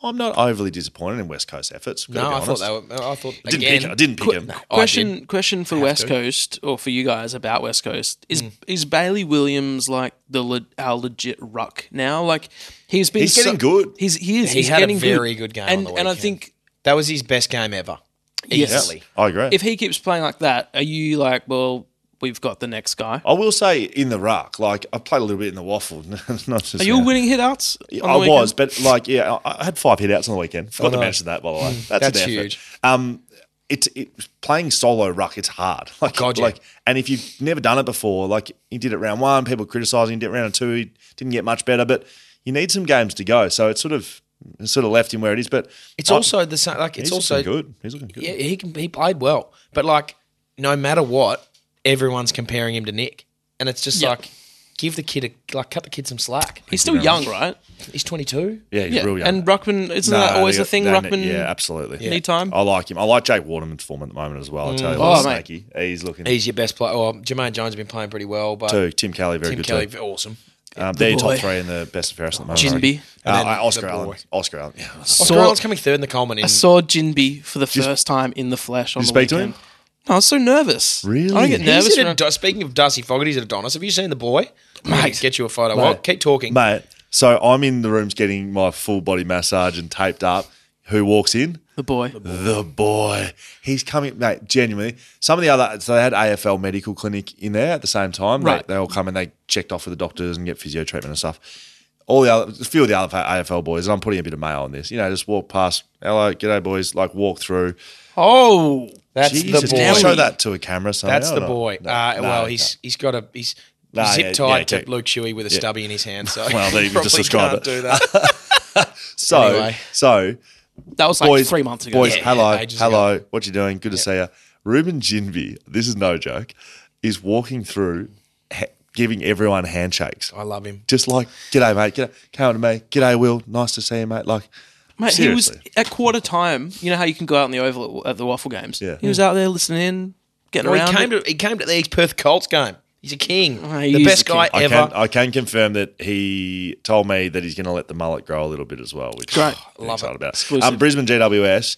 I'm not overly disappointed in West Coast efforts. gotta
No,
be
I thought
honest.
they were. I thought
I didn't
again.
pick. I didn't pick him.
Oh, I Hmm.
question question for West Coast or for you guys about West Coast is is Bailey Williams like the le- our legit ruck now? Like he's been
He's
so-
getting good.
He's he is
He
he's
had a
getting
very good game on
and
the
and I
weekend.
think
That was his best game ever.
Yes.
Easily.
I agree.
if he keeps playing like that, are you like well we've got the next guy?
I will say in the ruck, like I played a little bit in the waffle. not just
Are you
now.
winning hitouts? on
I
the weekend?
was, but like, yeah, I I had five hitouts on the weekend. Forgot to
nice.
mention that, by the way. That's, an
That's
effort.
huge.
Um, it's it, playing solo ruck. It's hard. Like,
God, yeah.
like, and if you've never done it before, like he did it round one, people criticising. He did it round two, he didn't get much better. But you need some games to go. So it's sort of it's sort of left him where it is. But
It's
I-
also the same. Like
he's
it's also
looking good. He's looking good.
Yeah, he can. He played well, but like, no matter what, everyone's comparing him to Nick, and it's just
Yeah.
like, give the kid a like, cut the kid some slack.
he's still young, right?
He's twenty two.
Yeah, he's
Yeah,
real young.
and Ruckman isn't
No,
that always
they-
the thing?
they-
Ruckman,
yeah, absolutely.
need time.
I like him. I like Jake Waterman's form at the moment as well. I tell you, what,
Oh, mate.
Snakey, he's looking
He's your best player. Well, Jermaine Jones has been playing pretty well, but
too. Tim Kelly, very
Tim
good
Kelly,
too.
awesome.
Um, they're your top
boy.
three in the best and fairest at the moment. I
Jinbi.
reckon. Uh,
And then
I- Oscar
the boy.
Allen. Oscar Allen. Yeah.
Oscar
Saw-
Allen's coming third in the Coleman. In,
I saw Jinbi for the first time in the flesh on
Did you
the
speak to
weekend.
him?
No, I was so nervous. I
Really?
don't get
He's
nervous.
He's an
around-
Ado- speaking of Darcy Fogarty's at Adonis, have you seen the boy?
Mate.
Get you a photo. Well, keep talking.
Mate, so I'm in the rooms getting my full body massage and taped up. Who walks in?
the boy.
The boy. He's coming, mate, genuinely. Some of the other, so they had AFL medical clinic in there at the same time. They-
Right.
They, all come and they checked off with the doctors and get physio treatment and stuff. All the other, a few of the other AFL boys, and I'm putting a bit of mail on this, you know, just walk past, hello, g'day, boys, like walk through.
Oh,
That's
Jesus,
the
can you
boy.
show that to a camera somewhere
That's
or
the
not?
boy.
No,
uh,
no,
well,
no.
he's he's got a he's
No, yeah,
zip tied
yeah,
to
yeah.
Luke Shuey with a stubby in his hand. So
Well, there you
probably
just described
can't Do
it.
that.
So,
Anyway.
so
that was like
boys,
three months ago.
Boys,
Yeah,
hello,
yeah, ages
hello. What you doing? Good to see you. Ruben Jinvi, this is no joke, is walking through, ha- giving everyone handshakes.
I love him.
Just like, g'day, mate. G'day, come on to me. G'day, Will. Nice to see you, mate. Like,
Mate,
seriously.
he was at quarter time. You know how you can go out in the oval at, at the waffle games.
Yeah.
he was out there listening, in, getting
Well,
around.
he came
it.
to he came to the East Perth Colts game. He's a king.
Oh, he
the
is
best
a king.
guy
I
ever.
can I can confirm that he told me that he's going to let the mullet grow a little bit as well, which
Great.
I'm
Love
excited
it.
about. Um, Brisbane GWS.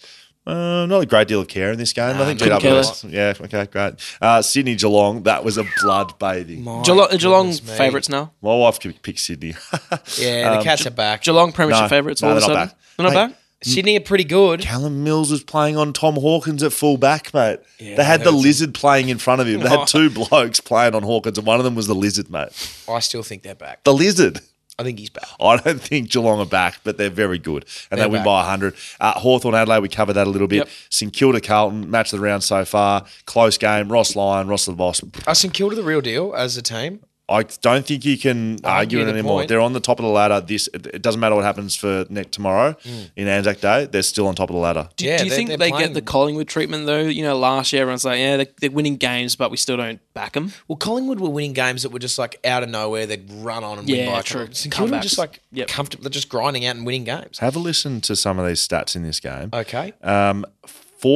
Uh, not a great deal of care in this game. I think
couldn't care
GWS. Yeah, okay, great. Uh, Sydney Geelong. That was a bloodbathing. My,
Oh My
Geelong, Geelong
goodness me.
favourites now.
wife could pick Sydney. Uh,
Yeah,
um,
the cats are back.
Geelong Premiership favourites.
no,
all of a
they're not back.
sudden, they're not
Mate,
back.
Sydney are pretty good.
Callum Mills was playing on Tom Hawkins at full back, mate. they had the lizard playing in front of him. They had two blokes playing on Hawkins, and one of them was the lizard, mate.
I still think they're back.
The lizard.
I think he's back.
I don't think Geelong are back, but they're very good. And they win
back.
by 100. Uh, Hawthorne Adelaide, we covered that a little bit.
Yep.
St Kilda Carlton, match of the round so far. Close game. Ross Lyon, Ross the boss.
Are St Kilda the real deal as a team?
I don't think you can argue it
the
anymore.
point.
They're on the top of the ladder. This It it doesn't matter what happens for next tomorrow
Hmm.
in Anzac Day. They're still on top of the ladder.
Do,
Yeah,
do you
they're-
think
they're
they
playing-
get the Collingwood treatment though? You know, last year everyone's like, yeah, they're, they're winning games, but we still don't back them.
Well, Collingwood were winning games that were just like out of nowhere. They'd run on and win
Yeah,
by a
true.
couple. St Kilda were
Comebacks.
just like
Yep.
comfortable. They're just grinding out and winning games.
Have a listen to some of these stats in this game.
Okay.
Um,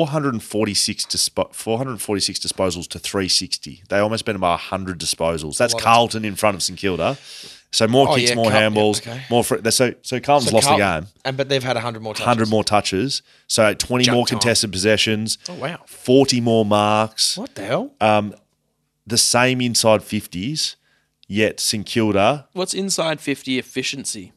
446 dispo- 446 disposals to 360. They almost been about 100 disposals. That's Carlton in front of St Kilda. So more
Oh,
kicks,
yeah,
more
Carl- yeah,
handballs,
okay.
more fr- they're- so so Carlton's
So
lost
Carlton-
the game.
And but they've had hundred more touches.
100 more touches, so 20
Junk
more
time.
contested possessions.
Oh, wow.
40 more marks.
What the hell?
Uh, The same inside 50s. Yet St Kilda
What's inside fifty efficiency?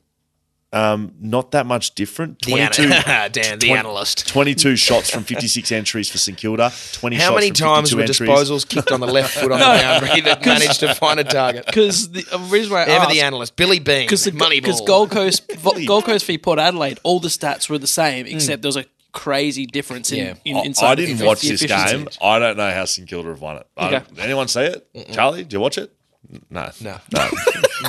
not that much different.
The ana-
22
Dan, the
20
analyst.
22 shots from 56 entries for St Kilda. 20
How
shots
many
from
times
52
were
entries.
disposals kicked on the left foot on the boundary that managed to find a target?
Because the uh, reason why I
Ever
asked,
the analyst, Billy Bean,
because the
money
because Gold Coast Vo- Gold Coast v Port Adelaide, all the stats were the same except there was a crazy difference in,
Hmm. Yeah.
in
I-
inside.
I didn't
the
watch
50
this
efficiency.
game. I don't know how St Kilda have won it. I don't-
Okay.
Did anyone see it? Charlie, did you watch it? N- No.
No.
No.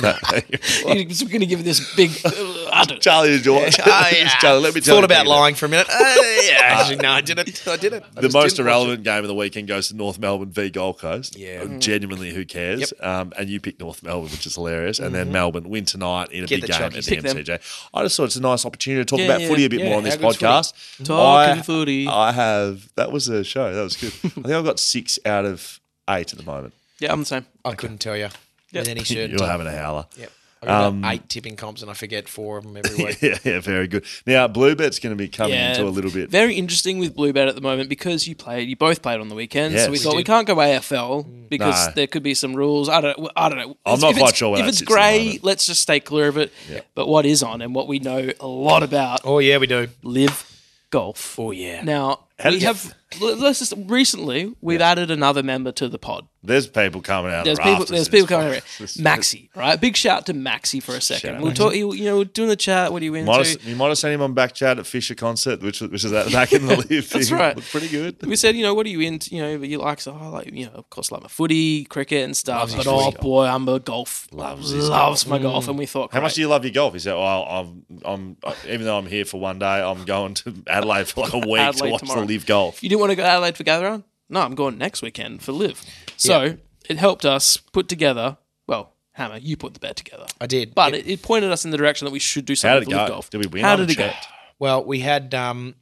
no.
We're going to give this big. uh, I don't-
Charlie, did you watch it?
Oh, yeah.
Charlie, let me tell
Thought
you
about
about
lying for a minute. Uh, yeah, actually, no, I did it. I did it. I
The
just
most
didn't watch
irrelevant game of the weekend goes to North Melbourne v Gold Coast.
Yeah. Mm-hmm.
Uh, Genuinely, who cares? Um, and you picked North Melbourne, which is hilarious. And then Melbourne win tonight in
Mm-hmm.
a
Get
big
the
game
chockies.
at the
Pick them.
MCG. I just thought it's a nice opportunity to talk
Yeah,
about
yeah,
footy a bit
yeah.
more on this
How good's
podcast.
Talking
I-
footy.
I have, that was a show. That was good. I think I've got six out of eight at the moment.
Yeah, I'm the same.
it. I couldn't tell you with any certainty.
You're having a howler.
Yep. I've got about eight tipping comps and I forget four of them every week.
Um, Yeah, yeah, very good. Now, Bluebet's going to be coming
Yeah,
into a little bit.
Very interesting with Bluebet at the moment because you played, you both played on the weekend.
Yes.
so
We
we, thought we
did.
can't go AFL because
No.
there could be some rules. I don't, I don't know.
I'm not
If
quite
it's-
sure where
If
that
it's
sits at the
grey,
moment.
let's just stay clear of it. But what is on and what we know a lot about
Oh yeah, we do.
live golf.
Oh yeah.
Now
How
we
did you-
have. l- Let's just recently we've added another member to the pod.
there's people coming out.
There's
of
people.
rafters
There's
at this
people coming over.
point. This-
Maxi, right? Big shout to Maxi for a second. We'll talk. You you know, we're doing the chat. What are you into?
Might have, you might have seen him on back chat at Fisher concert, which was- which is that back in the live.
That's right.
Looked pretty good.
we said, you know, what are you into? You know, but you like, so I like, you know, of course, like my footy, cricket, and stuff. but oh boy, I'm a golf. Loves, my golf, and we thought,
How much do you love your golf? He said, "Well, I'm, I'm, even though I'm here for one day, I'm going to Adelaide for like a week
Adelaide
to watch
tomorrow.
the live golf."
You didn't want to go to Adelaide for Gather Round? No, I'm going next weekend for Live. So it helped us put together. Well, Hammer, you put the bet together.
I did.
But
It-
it, it pointed us in the direction that we should do
How
something
did it
for Liv
go?
golf.
Did we win?
How
I
did it go?
checked.
well, we had um,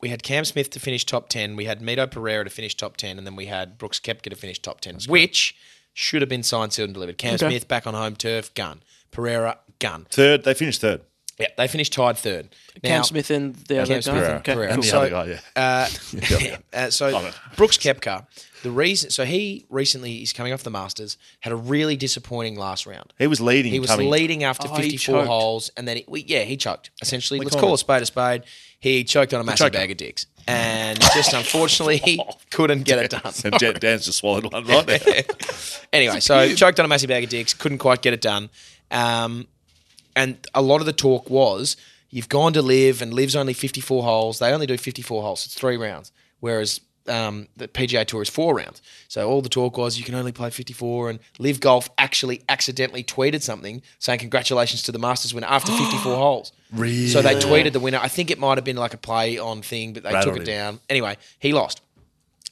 we had Cam Smith to finish top ten. We had Mito Pereira to finish top ten, and then we had Brooks Kepka to finish top ten. which Should have been signed, sealed, and delivered. Cam
Okay.
Smith back on home turf, gun. Pereira, gun.
Third, they finished third.
Yeah, they finished tied third.
Cam
Now-
Smith and the other
Cam
guy.
Smith,
I think.
Pereira.
Okay,
And
cool.
the
So-
other guy, yeah.
Uh,
Yeah.
uh, so
it.
Brooks Kepka, the reason, so he recently is coming off the Masters, had a really disappointing last round.
He was leading.
He was
coming-
leading after
Oh, he
54
choked.
holes, and then he, we, yeah, he choked. Essentially, let's
call
call
it.
a spade a spade. He choked on a massive
choked.
bag of dicks, and just unfortunately, he couldn't get it done.
And Dan- Dan's just swallowed one right there.
anyway, so choked on a massive bag of dicks, couldn't quite get it done. Um, and a lot of the talk was you've gone to live and live's only 54 holes. They only do 54 holes, it's three rounds, whereas um, the PGA Tour is four rounds. So all the talk was you can only play 54. And Live Golf actually accidentally tweeted something saying congratulations to the Masters winner after 54 holes. Really? So they tweeted the winner. I think it might have been like a play on thing, but they
Rattled
took
him.
it down. Anyway, he lost.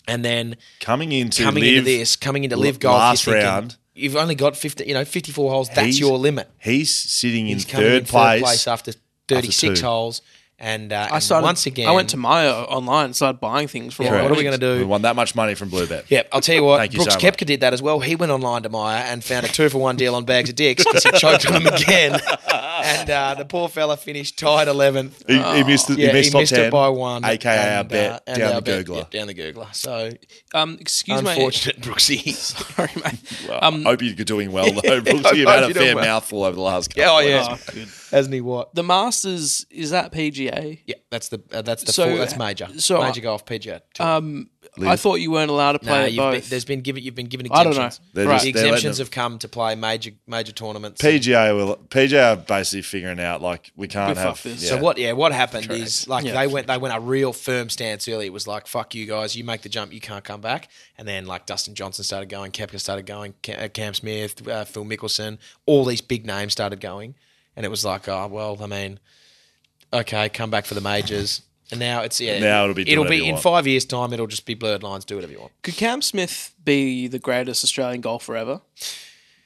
And then
Coming into
coming
live,
into this, coming into live golf,
last
you're thinking,
round.
You've only got fifty, you know, fifty-four holes. That's
he's-
your limit.
He's sitting
He's
in,
coming
third,
in
place.
third place after thirty-six
two.
holes, and, uh,
I
and
started
once again.
I went to Maya online and started buying things from.
Yeah,
online.
what are we going to
We
do?
won that much money from Blue Bet.
Yep, I'll tell you what.
Thank you
Brooks
so much.
Koepka did that as well. He went online to Meyer and found a two for one deal on bags of dicks because he choked on them again. And uh, the poor fella finished tied eleventh.
He, he missed, it- he
Yeah, he
missed
missed,
top
it
10,
by one,
aka our
and, uh,
bet
and
down
our
the
bet-
Googler.
yep, down the Googler. So
Um, excuse
unfortunate, Brooksy.
me. Sorry, mate.
Well,
Um,
I hope you're doing well though. Brooks.
I
You've
hope
had a
you're doing
fair
well.
mouthful over the last couple.
yeah, oh
of weeks.
yeah, hasn't he what?
uh, the Masters is that PGA.
Yeah, that's the uh, that's the
So,
full, that's major.
so, uh,
major golf PGA. Tour.
Um, I thought you weren't allowed to play
no,
at
you've been,
both.
there's been given you've been given
I don't know.
exemptions.
They're
Right.
just-
The
they're letting
exemptions
them-
have come to play major major tournaments.
PGA will PGA are basically figuring out like we can't
We
have.
fucked this.
yeah.
so what? Yeah, what happened is like
Yeah.
they went they went a real firm stance early. It was like fuck you guys, you make the jump, you can't come back. And then like Dustin Johnson started going, Kepka started going, Ca- uh, Cam Smith, uh, Phil Mickelson, all these big names started going, and it was like oh well, I mean, okay, come back for the majors. And now it's yeah.
Now it'll be do
it'll
whatever
be
you
in
want.
five years' time. It'll just be blurred lines. Do whatever you want.
Could Cam Smith be the greatest Australian golfer ever?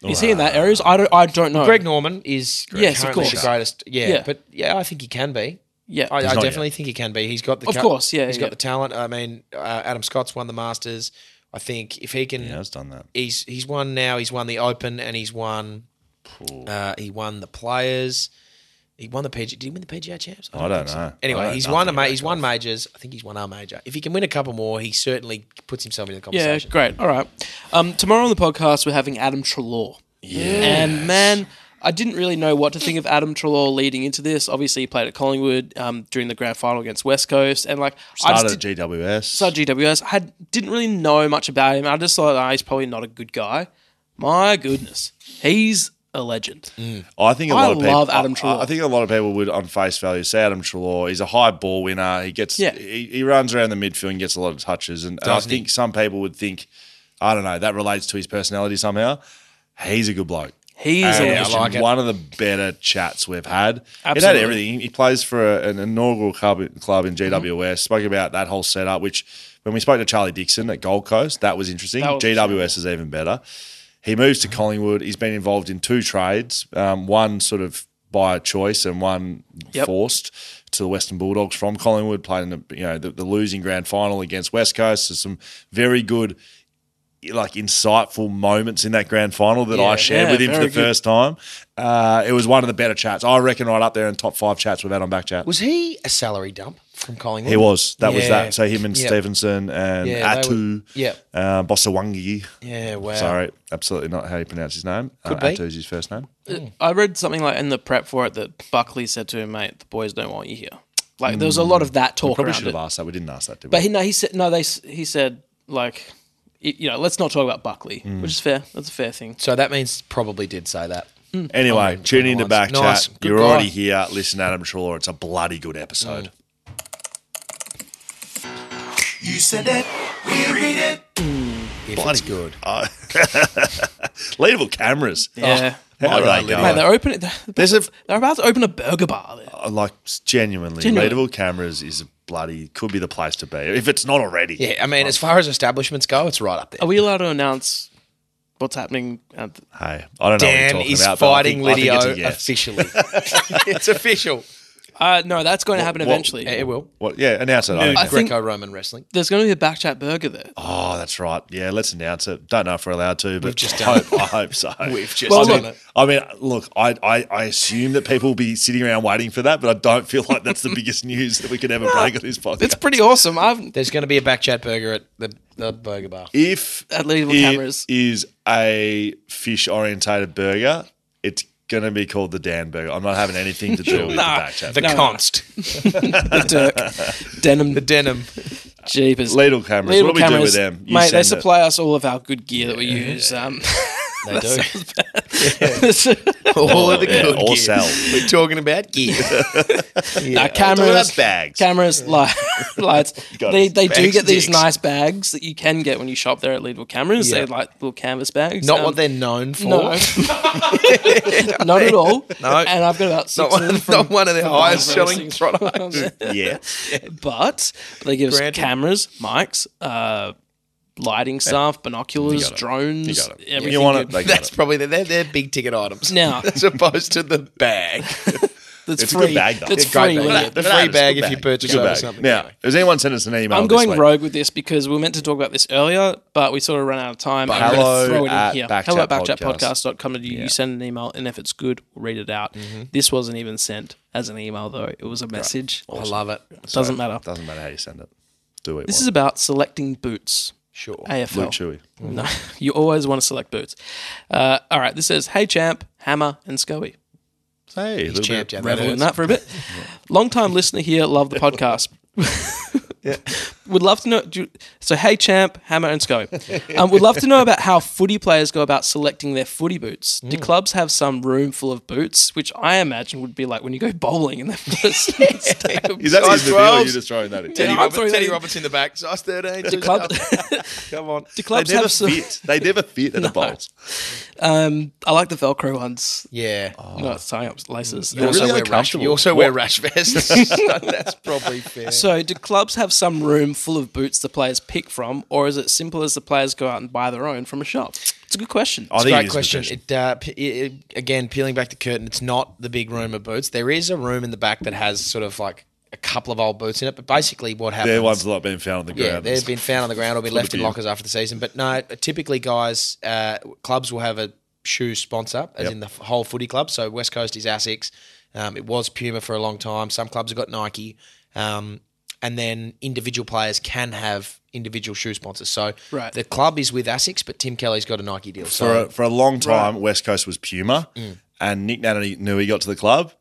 Is he in that areas? I don't. I don't know.
Greg Norman is
Yes, of
currently
course.
the greatest. Yeah,
Yeah.
but yeah, I think he can be.
Yeah.
I, I
not
definitely think he can be. He's got the
Of course, yeah,
he's
yeah.
got the talent. I mean, uh, Adam Scott's won the Masters. I think if he can,
Yeah, has done that.
he's he's won now. He's won the Open and he's won. Uh, he won the Players. He won the PGA. Did he win the PGA Champs?
I don't
think so.
know. I
Anyway,
don't
he's
know
won a
nothing
ma-
about
he's won majors. I think he's won a major. If he can win a couple more, he certainly puts himself into the
yeah.
conversation.
Great. All right. Um, tomorrow on the podcast we're having Adam Trelaw. Yeah. And man. I didn't really know what to think of Adam Trelaw leading into this. Obviously, he played at Collingwood um, during the grand final against West Coast, and like I
Started
just
at
did,
GWS.
started GWS. I had, didn't really know much about him. I just thought, ah, he's probably not a good guy. My goodness, he's a legend.
I think a
I
lot of people.
love Adam
I-
Treloar.
I, think a lot of people would, on face value, say Adam Trelaw. He's a high ball winner. He gets.
Yeah.
He, he runs around the midfield and gets a lot of touches. And, and I
Doesn't he?
think some people would think, I don't know, that relates to his personality somehow. He's a good bloke.
He is a
And
legend.
it's
like it.
one of the better chats we've had. It
Absolutely. Mm-hmm.
had everything. He plays for a- an inaugural club, club in GWS. Spoke about that whole setup, which when we spoke to Charlie Dixon at Gold Coast, that was interesting.
That was-
GWS is even better. He moves to Collingwood. He's been involved in two trades, um, one sort of by choice and one
Yep.
forced to the Western Bulldogs from Collingwood, playing the, you know the, the losing grand final against West Coast. There's some very good, like insightful moments in that grand final that I shared
Yeah,
with him for the
very good.
first time. Uh, it was one of the better chats. I reckon right up there in top five chats we've had on back chat.
Was he a salary dump from Collingwood?
He was. That was
Yeah.
that. So him and
Yeah.
Stevenson and
Yeah, they were-
Atu,
yeah.
uh, Bosawangi.
Yeah. Wow.
Sorry, absolutely not how you pronounce his name.
Could
uh,
be.
Atu's his first name.
I read something like in the prep for it that Buckley said to him, "Mate, the boys don't want you here." Like there was a lot of that talk
Probably
around
should have
it.
asked that. We didn't ask that, did we?
But he no, he said no. They s- he said like, y- you know, let's not talk about Buckley,
Mm.
which is fair. That's a fair thing.
So that means probably did say that.
Anyway, tune into
Oh, nice.
Backchat.
Nice. Good
You're
guy. Mm.
already here. Listen, Adam Trelaw, it's a bloody good episode.
If it's good.
Leadable cameras.
Yeah.
Oh, how are they
Mate,
going?
they're open. They're,
There's a
they're about to open a burger bar there.
I like genuinely,
Genuinely.
leadable cameras is a bloody could be the place to be if it's not already.
Yeah, I mean, as far as establishments go, it's right up there.
Are we allowed to announce what's happening? At the,
Hey, I don't know. what you're
Dan
talking
is
about, but I
fighting
think- I think
Lidio
it's a yes.
officially. it's official.
Uh, no, that's going to happen
what-
eventually.
Yeah, it will.
What? Yeah, announce it. I don't
I
care.
think-
Greco-Roman wrestling.
There's going to be a backchat burger there.
Oh, that's right. Yeah, let's announce it. Don't know if we're allowed to, but
just
I
done
hope, I hope so.
We've just
I
done
mean,
it.
I mean, look, I, I, I assume that people will be sitting around waiting for that, but I don't feel like that's the biggest news that we could ever break on this podcast.
It's pretty awesome. I've
There's going to be a backchat burger at the, the burger bar.
if
At least with
it
cameras.
is a fish orientated burger, it's going to be called the Dan Burger. I'm not having anything to do with
Nah,
the back chat.
The const.
the Dirk denim
The denim.
jeepers.
Lidl cameras.
Lidl
what do we do with them? You
Mate, they
send it.
supply us all of our good gear that we use. Um,
They do.
Or-
All of the
yeah,
good
or
gear.
sell.
We're talking about gear.
nah,
Talking
cameras,
about bags.
cameras, li- lights.
Got
they
it.
they do
Bags,
get these
dicks.
nice bags that you can get when you shop there at Lidl Cameras.
Yeah.
They're like little canvas bags.
Not
Um,
what they're known for.
No, not at all.
No.
and I've got about six.
not,
of them
one,
from-
not one of their
from
highest
Barnes
selling
Racing's
products.
products.
yeah.
but they give us
Granted.
cameras, mics, uh, lighting stuff, binoculars, drones,
You got it.
everything.
You want it?
good.
They got
That's
it.
probably their, their, their big ticket items.
Now-
as opposed to the bag.
That's
It's a
free.
good bag, though.
That's
Yeah,
great
free.
bag.
when you
The free bag if you purchase it or something.
Now, has anyone sent us an email?
I'm
this
going
week?
rogue with this because we were meant to talk about this earlier, but we sort of ran out of time. I'm gonna
Hello
throw it in
at
here.
Backchat
hello at
Podcast.
backchatpodcast.com. You, you send an email, and if it's good, we'll read it out.
Mm-hmm.
This wasn't even sent as an email, though. It was a message.
I love it.
Doesn't matter.
Doesn't matter how you send it. Do it.
This is about selecting boots.
Sure.
AFL.
Luke Chewy.
No, you always want to select boots. Uh, all right, this says, "Hey champ, hammer and scoey."
Hey, little bit-
Champed out that
Revel in
hurts.
that for a bit. Long time listener here, love the podcast. Would love to know. Do you- so, hey champ, hammer and scoey. Um, would love to know about how footy players go about selecting their footy boots.
Mm.
Do clubs have some room full of boots, which I imagine would be like when you go bowling and they're just stack of
Is that
Size
his reveal or
12s?
you just throwing that in?
Teddy,
I'm
Robert,
throwing that
Teddy
in.
Roberts in the back. Size 13.
Do club,
Come on.
do
They
clubs
never
have some?
fit. They never fit at a bowl.
Um, I like the Velcro ones.
Yeah.
Oh.
No, it's tying up laces.
You
Um,
also,
really
wear rash,
uncomfortable.
you also wear rash vests. So that's probably fair.
So, do clubs have some room full of boots the players pick from, or is it simple as the players go out and buy their own from a shop? It's a good question.
I think it
Great
is
question.
possession.
It, uh, p- it, it- again, peeling back the curtain, it's not the big room of boots. There is a room in the back that has sort of like a couple of old boots in it, but basically what happens?
Their ones not been found on the ground.
Um,
yeah, they've been found on the ground or been left in lockers after the season. But no, typically guys, uh, clubs will have a shoe sponsor, as in the f- whole footy club. So West Coast is Asics. Um, it was Puma for a long time. Some clubs have got Nike. Um, and then individual players can have individual shoe sponsors. So
Right.
the club is with Asics, but Tim Kelly's got a Nike deal. So
for a, for a long time. West Coast was Puma, and Nick Nannity knew he got to the club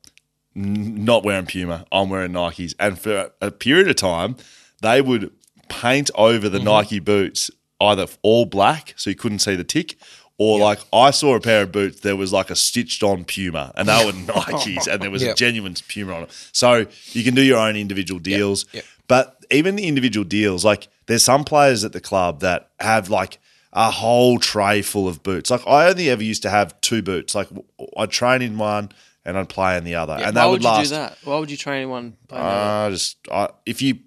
n- not wearing Puma. I'm wearing Nikes, and for a period of time, they would paint over the Nike boots either all black, so you couldn't see the tick. Or like I saw a pair of boots, there was like a stitched on Puma, and they were Nikes, and there was a
Yep.
genuine Puma on it. So you can do your own individual deals, but even the individual deals, like there's some players at the club that have like a whole tray full of boots. Like I only ever used to have two boots. Like w- I'd train in one and I'd play in the other, and
Why
that
would,
would
you
last.
do that? Why would you train anyone? By another?
Uh, just I, if you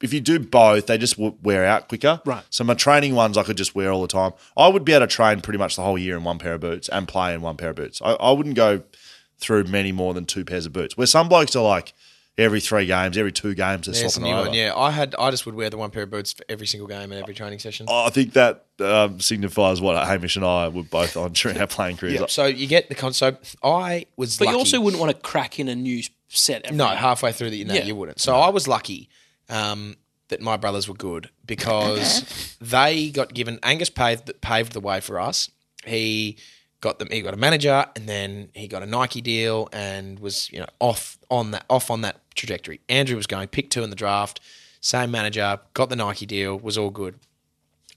if you do both, they just w- wear out quicker.
Right.
So my training ones I could just wear all the time. I would be able to train pretty much the whole year in one pair of boots and play in one pair of boots. I, I wouldn't go through many more than two pairs of boots. Where some blokes are like every three games, every two games, they're
there's a
swapping
new
over.
one. Yeah, I had. I just would wear the one pair of boots for every single game and every training session.
Oh,
I think that um, signifies what Hamish and I were both on during our playing careers.
So you get the con. So I was.
But
lucky.
you also wouldn't want to crack in a new set. Every
No, halfway through the no,
Yeah.
you wouldn't. So I was lucky um, that my brothers were good because they got given Angus paved paved the way for us. He got them. He got a manager, and then he got a Nike deal, and was you know off on that off on that trajectory. Andrew was going pick two in the draft, same manager, got the Nike deal, was all good.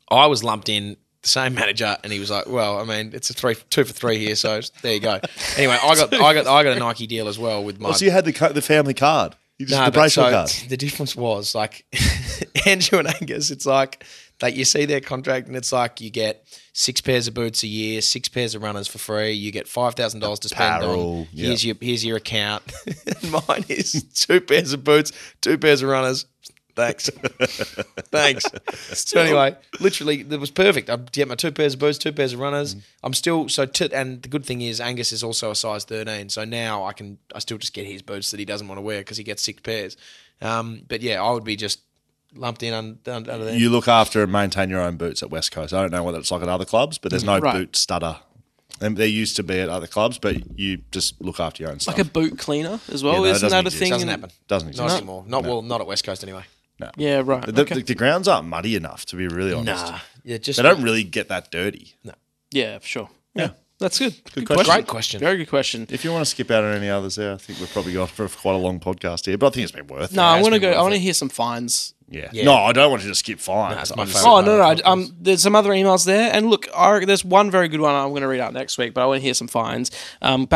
I was lumped in the same manager, and he was like, "Well, I mean, it's a three two for three here, so there you go." Anyway, I got I got I got a Nike deal as well with my.
Well, Oh, so you had the co- the family card. You just
Nah,
the
but
bracelet
so
card.
The difference was like Andrew and Angus. It's like that you see their contract, and it's like you get six pairs of boots a year, six pairs of runners for free. You get five thousand dollars to spend
Apparel,
on. Here's your here's your account. and mine is two pairs of boots, two pairs of runners, Thanks. Thanks. So anyway, literally, it was perfect. I get my two pairs of boots, two pairs of runners. I'm still so tit, and the good thing is Angus is also a size 13, so now I can I still just get his boots that he doesn't want to wear because he gets six pairs. Um, but yeah, I would be just lumped in un, un, under there.
You look after and maintain your own boots at West Coast. I don't know what it's like at other clubs, but there's no
Right.
boot stutter. And there used to be at other clubs, but you just look after your own stuff.
Like a boot cleaner as well.
no, it
Isn't
doesn't
that a
exist.
thing?
Doesn't
in-
happen.
Doesn't
Not
exist.
anymore. Not well. Not at West Coast anyway.
Yeah, right.
The,
okay.
the, the grounds aren't muddy enough, to be really honest.
Nah.
Yeah, just
They don't really get that dirty.
Yeah, for sure. Yeah. That's good. Good,
Great question.
Very good question.
If you want to skip out on any others there, I think we've probably gone for quite a long podcast here, but I think it's been worth
No,
it.
I
has
want to
been
go. I
worth
want
it.
to hear some fines.
Yeah. No, I don't want you to skip fine.
Nah, it's my
I'm
favourite.
just-
Oh no, no. I, um, there's some other emails there, and look, I, reckon there's one very good one I'm going to read out next week, but I want to hear some fines. Um,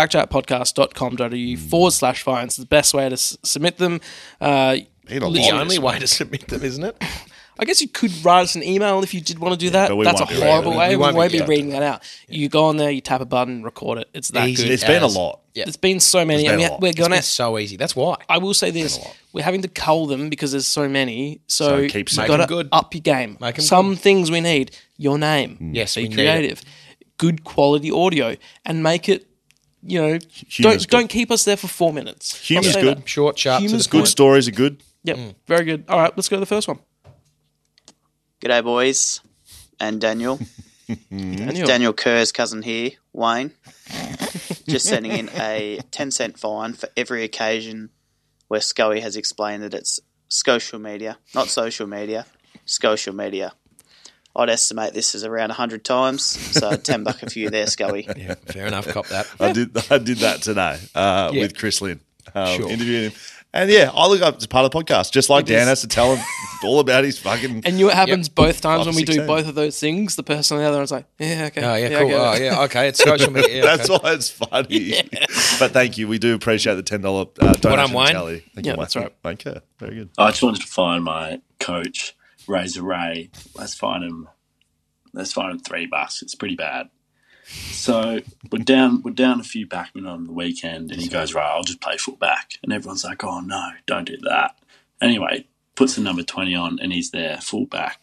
Hmm.
backchatpodcast.com.au forward slash fines is the best way to s- submit them. Uh,
Been a
the
lot
only
of
way to submit them, isn't it?
I guess you could write us an email if you did want to do that.
but we
That's a
won't be reading
horrible
it.
way.
We
We
won't
won't,
be
be
doing
reading that out. You go on there, you tap a button, record it. It's that
Easy.
good.
It's been a
as-
lot.
Yeah.
There's been so many.
There's
and
been a
we-
lot.
we're
It's
gonna.
been so easy. That's why.
I will say this: we're having to cull them because there's so many. So,
So keep
you
saying-
got
Make
to
'em good.
up your game.
Make 'em
Some things we need: your name.
Mm.
Yes, we
be
need it.
creative. Good quality audio, and make it. You know,
Humor's
don't don't
good.
keep us there for four minutes. I'll
Humor's
say
good.
that.
Short, sharp, to the
Humor's
point.
Good stories are good.
Yep, very good. All right, let's go to the first one.
G'day, boys, and Daniel.
Daniel.
Daniel Kerr's cousin here, Wayne. Just sending in a 10 cent fine for every occasion where Scully has explained that it's social media, not social media, social media. I'd estimate this is around 100 times, so 10 buck a few there, Scully.
Yeah, fair enough. Cop that.
I did I did that today uh,
Yeah.
with Chris Lynn. Um,
Sure.
Interviewing him. And yeah, I look up to part of the podcast, just like Dan has to tell him all about his fucking.
And you know what happens both times
Five,
when we
six,
do
eight.
both of those things? The person on the other one's like, yeah, okay.
Oh yeah,
I
cool.
get
Oh
it."
yeah, okay. It's social media. Yeah,
That's
okay.
why it's funny. But thank you. We do appreciate the $10 uh, donation.
Well done, Wayne.
Charlie. Thank
Yeah,
you, Wayne.
that's right.
Thank you. Very good.
Oh,
I just wanted to find my coach, Razor Ray. Let's find him. Let's find him three bucks. It's pretty bad. So we're down. We're down a few backmen on the weekend, and he goes, "Right, I'll just play fullback." And everyone's like, "Oh no, don't do that." Anyway, puts the number twenty on, and he's there fullback.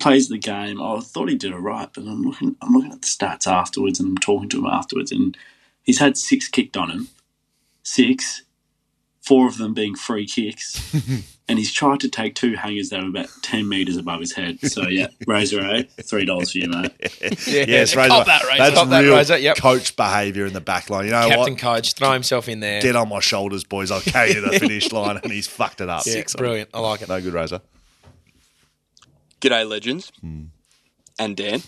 Plays the game. I thought he did all right, but I'm looking. I'm looking at the stats afterwards, and I'm talking to him afterwards, and he's had six kicked on him. Six, four of them being free kicks. and he's tried to take two hangers that were about 10 metres above his head. So, yeah, Razor A, $3 for you, mate.
Yes, Razor.
Cop that, Razor.
That's
Cop that,
real
Razor. Yep.
coach behaviour in the back line. You know what?
Captain Coach, throw himself in there.
Get on my shoulders, boys. I'll carry you to the finish line. And he's fucked it up.
Yeah,
So,
brilliant. I like it.
No good, Razor.
G'day, legends. And Dan.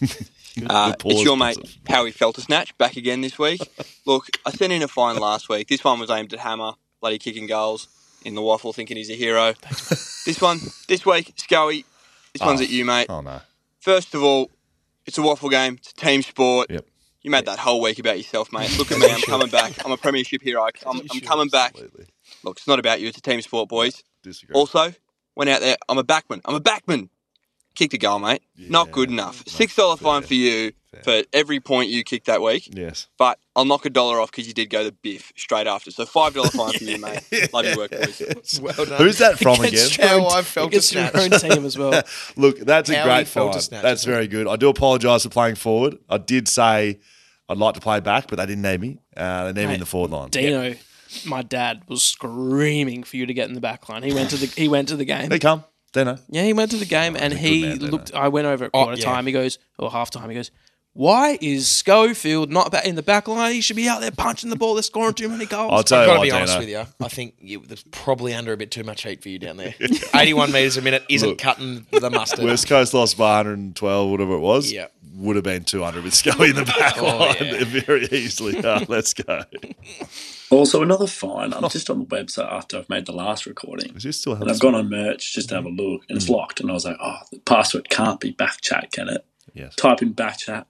uh,
good pause,
it's your mate,
Joseph.
Howie Feltersnatch, back again this week. Look, I sent in a fine last week. This one was aimed at Hammer, bloody kicking goals in the waffle, thinking he's a hero. This one, this week, Scully, this one's at you, mate.
Oh, no.
First of all, it's a waffle game, it's a team sport.
Yep.
You made that whole week about yourself, mate. Look at me, I'm coming back. I'm a premiership hero. I'm, I'm coming back.
Absolutely.
Look, it's not about you, it's a team sport, boys.
Disagree.
Also, went out there. I'm a backman. I'm a backman. Kicked a goal, mate. Not good enough. Six dollar fine for you for every point you kicked that week.
yes.
But I'll knock a dollar off because you did go the biff straight after. So five dollar fine for you, mate. Love your work, boys.
Well done.
Who's that from again?
Gets your own-
How I felt
it gets
a
your own team as well.
Look, that's a
How he
great
felt
find.
to snatch
That's
it.
very good. I do apologise for playing forward. I did say I'd like to play back, but they didn't need me. Uh, they need me in the forward line.
Dino, my dad was screaming for you to get in the back line. He went to the he went to the game.
They come. Dino.
Yeah, he went to the game and
good
he
man, Dino.
looked. I went over at
Oh,
quarter
yeah.
time. He goes or half time. He goes, "Why is Schofield not ba- in the back line? He should be out there punching the ball. They're scoring too many goals."
I'll tell
I've
you
got to
what,
be
Dino.
honest with you. I think you, there's probably under a bit too much heat for you down there. 81 metres a minute isn't cutting the mustard.
West Coast lost by 112, whatever it was.
Yep.
Would have been 200 with Scully in the back
Oh,
line very easily. Uh, let's go.
Also, another fine. I'm just on the website after I've made the last recording.
Is this still
And
happening?
I've gone on merch just to have a look, and it's locked. And I was like, oh, the password can't be back chat, can it?
Yes.
Type in back chat.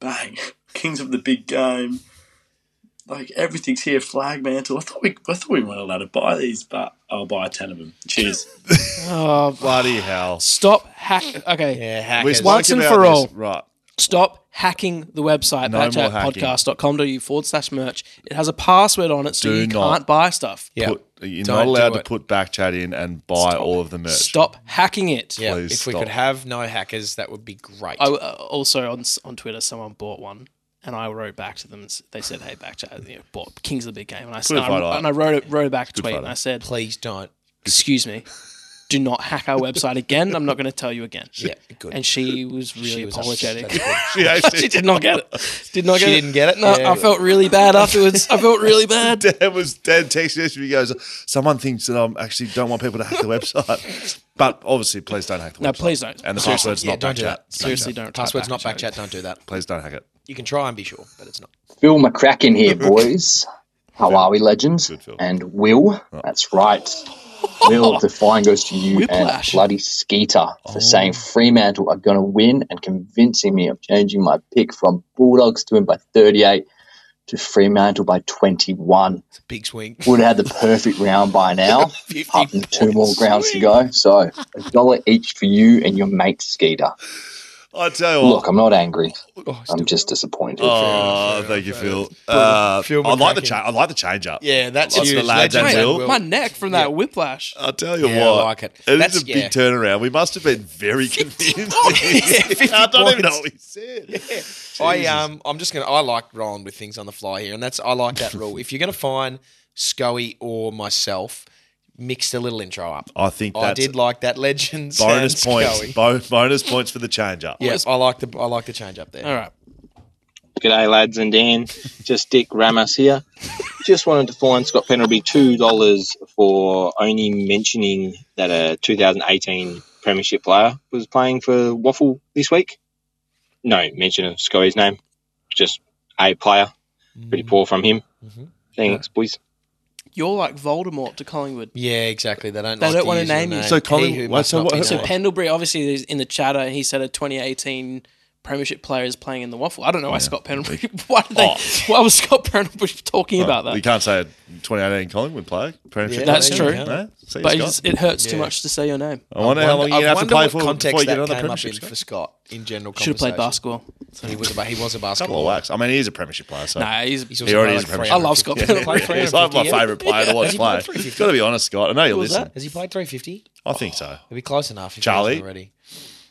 Bang. Kings of the big game. Like everything's here, flag mantle. I thought we, I thought we weren't allowed to buy these, but I'll buy ten of them. Cheers.
Oh,
Bloody hell.
stop hack. Okay,
yeah, hack
We
it.
spoke
Once and
about
for
this.
all.
Right.
Stop hacking the website,
No
no
more
backchatpodcast.com.au forward slash merch. It has a password on it, so
Do
you
not.
can't buy stuff.
Yeah.
Put, you're
Don't
not
do
allowed to
it.
put Backchat in and buy all of the merch.
Stop hacking it.
Yeah,
Please
if we
stop.
could have no hackers, that would be great.
I, uh, also on s- on Twitter, someone bought one, and I wrote back to them. and s- They said, "Hey, back to you know, bought Kings of the Big Game," and I said,
photo.
and I wrote it, wrote it back a tweet,
photo.
and I said,
Please don't.
"Excuse me, do not hack our website again. I'm not going to tell you again."
Yeah, good.
And she was really
was
apologetic.
upset. That's
Yeah,
she did not get it. Did not get
She
it.
didn't get it?
No,
Yeah.
I felt really bad afterwards. I felt really bad.
Dan was Dan texted us. He goes, "Someone thinks that I'm actually don't want people to hack the website, but obviously, please don't hack the
No,
website.
please don't.
And the
Seriously,
password's
yeah,
not
don't do
Backchat.
that.
Seriously, don't. type
Password's not
backchat.
backchat. Don't do that.
Please don't hack it.
You can try and be sure, but it's not.
Phil McCracken here, boys. How are we, legends?
Good, Phil.
And Will, that's right. Will, the fine goes to you
Whiplash.
and bloody Skeeter
Oh.
for saying Fremantle are going to win and convincing me of changing my pick from Bulldogs to win by 38 to Fremantle by 21.
It's a big swing.
Would have had the perfect round by now,
50
apart from two
points.
more grounds to go. So a dollar each for you and your mate Skeeter.
I tell you what.
Look, I'm not angry.
Oh,
I'm just disappointed.
oh, thank you, Phil. Uh,
Phil
I like the
McCracken.
cha- I like the change up.
Yeah, that's
Lots of
huge.
the lads
Legend.
and
Mate,
Will.
My neck from that whiplash.
I'll tell you
Yeah, I
what.
like it.
It is
That's-
a big
yeah.
turnaround. We must have been very convinced. I don't even know what we said. Oh,
I um, I'm just gonna. I like rolling with things on the fly here, and that's I like that rule. if you're gonna find Scoey or myself, mix the little intro up.
I think that's
I did like that. Legends
bonus
and
points.
Scoey.
Bo- bonus points for the change up.
Yeah, I like the I like the change up there.
All right.
G'day, lads and Dan. Just Dick Ramos here. Just wanted to find Scott Penderby two dollars for only mentioning that a 2018 Premiership player was playing for Waffle this week. No mention of Scoey's name. Just a player. Pretty poor from him. Thanks, boys.
You're like Voldemort to Collingwood.
Yeah, exactly. They don't.
They
like
don't
to
wanna
use your
name you.
So Colin-
He who
what-
must
so
not
what-
be
So
named.
Pendlebury, obviously, is in the chatter. He said a 2018 Premiership player is playing in the waffle. I don't know why Scott Pendlebury. Why did they?
Oh.
Why was Scott Pendlebury talking about
We
that?
can't say a 2018 Collingwood player. Premiership
That's
player.
true.
No? See you,
But it,
Scott.
just- it hurts too much to say your name.
I wonder how long
I
you have to
wonder
play
what
for
context
before you get
that
on the
came up in
premiership.
for Scott in general.
Should have played
conversation.
basketball.
He was a ba- he was a
Couple of
basketball.
whacks. I mean, he is a premiership player, so
Nah, he's,
He's
he already
played
is a
like
premiership.
I love Scott
Yeah,
Pendlebury.
Played
he's like my
350,
favourite player to watch play. Got to be honest, Scott. I know you listen.
Has he played 350?
I think so.
He'll be close enough. If he
Charlie?
hasn't already.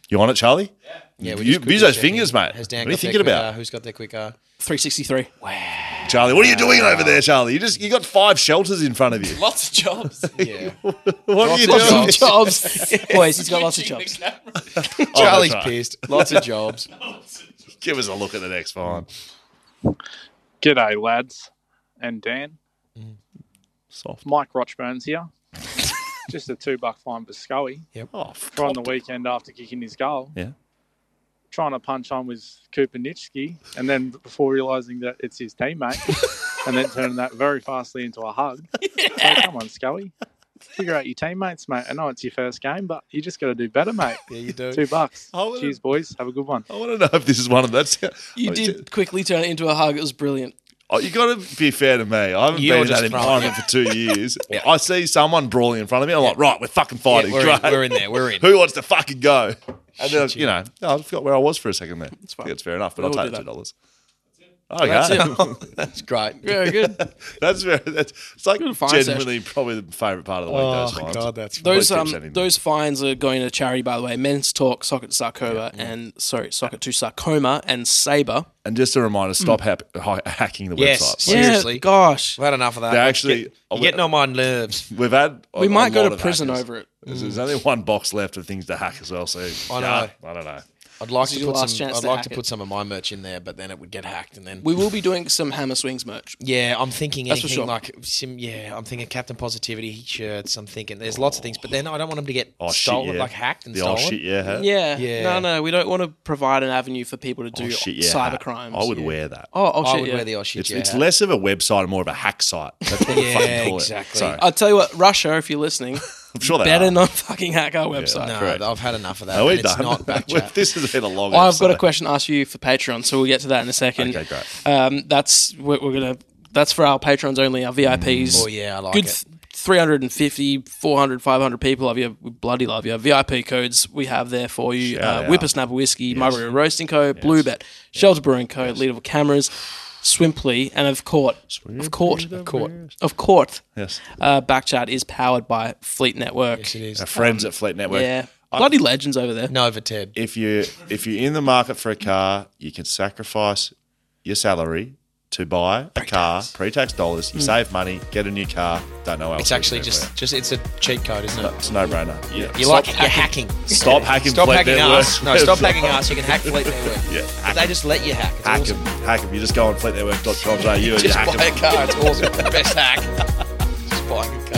You on it, Charlie?
Yeah,
You-
just quickly
use those
checking.
fingers, mate.
Has Dan
What are you
got
thinking
their
about?
quicker? Who's got their quicker?
363.
Charlie, what are you doing over there, Charlie? You just you got five shelters in front of you.
Lots of jobs.
Yeah,
What are you
Lots of
doing?
jobs.
jobs. Boys, he's got lots of jobs.
Oh, that's
Charlie's
right.
pissed. Lots of jobs.
Give us a look at the next one.
G'day, lads and Dan.
Soft.
Mike Rochburns here. Just a two buck fine for Scully.
Oh,
Trying the weekend after kicking his goal.
Yeah.
Trying to punch on with Kupernitsky, and then before realizing that it's his teammate, and then turning that very fastly into a hug. Hey, come on, Scully. Figure out your teammates, mate. I know it's your first game, but you just got to do better, mate.
Yeah, you do.
Two bucks.
I would've-
Cheers, boys. Have a good one.
I want to know if this is one of those.
You did quickly turn it into a hug. It was brilliant.
Oh, you got to be fair to me. I haven't
You're
been in that
just throwing
environment for two years. I see someone brawling in front of me. I'm like, right, we're fucking
Yeah,
fighting.
we're, in,
Great.
we're in there. We're in.
Who wants to fucking go? And then, you know, I forgot where I was for a second there. That's
fine.
I think it's fair enough, but
We
I'll
all
take
do
the
that.
$2. Okay.
That's great.
Very good.
That's very. That's it's like
Good fire
genuinely probably the favourite part of the week. those
Oh
ones.
god, that's
Those
Please keep
um,
sending them.
those fines are going to charity, by the way. Men's Talk, Socket Sarcoma, and sorry, Socket to Sarcoma and Saber.
And just a reminder: stop hap- hi- hacking the
Hmm. Yes.
website.
Yeah.
please.
Seriously.
yeah, gosh,
I've had enough of that.
They
You're
actually-
get- you're getting on my nerves.
We've had. a-
we
a
might go
lot
to
of
prison
hackers.
over it.
There's, there's only one box left of things to hack as well. So
Hmm. I
yeah,
know.
I don't know.
I'd like
This is
to
your
put
last
some.
chance
I'd
to
like
hack
to
it.
put some of my merch in there, but then it would get hacked, and then
We will be doing some Hammer Swings merch.
Yeah, I'm thinking
That's for
anything
sure.
like sim, yeah, I'm thinking Captain Positivity shirts. I'm thinking there's lots of things, but then I don't want them to get
Oh
stolen,
shit! Yeah.
like hacked and
the
stolen.
old shit. Yeah. Oh, Hat.
Yeah.
Yeah.
No, no, we don't want to provide an avenue for people to do
Oh, shit, yeah,
cyber
hat.
crimes.
I would
Yeah.
wear that.
Oh, oh
I
shit,
would
yeah.
wear the oh shit.
it's
yeah
it's
hat.
less of a website and more of a hack site. That's what we
Yeah,
fucking call
exactly.
it. So,
I'll tell you what, Russia, if you're listening,
I'm sure they
better
are.
not fucking hack our website.
No,
Correct.
I've had enough of that.
No, we
and it's
don't.
not back chat.
this has been a long.
I've got a
episode.
question to ask you for Patreon, so we'll get to that in a second.
Okay, great.
Um, that's we're, we're gonna. That's for our patrons only, our VIPs.
Oh yeah, I like
good,
it.
th- 350, 400, 500 people love you. We bloody love you. VIP codes we have there for you.
Shout
Uh,
out.
Whippersnapper Whiskey, Margarita Roasting Co., Bluebet, Shelter Brewing Co., Leadable Cameras, Swimply, and of course, of course, of course, of course,
Yes.
uh, Backchat is powered by Fleet Network. Yes, it
is.
Our friends at Fleet Network.
Yeah.
I-
Bloody legends over there.
Nova Ted.
If you if you're in the market for a car, you can sacrifice your salary to buy a car, pre-tax dollars. You
Mm.
save money, get a new car. Don't know how else
It's
to
actually
do it.
just just it's a cheat code, isn't it?
It's a no-brainer. Yeah.
You like
Stop
you're hacking.
Stop hacking
Stop
Fleet
hacking
Network.
us. No, stop hacking us. You can hack Fleet Network.
Yeah,
But They just let you hack. It's
hack
awesome.
them, hack them. You just go on fleetnetwork.com.au and you
Just
hack
buy a
them.
car. It's awesome. Best hack. Just buying a car.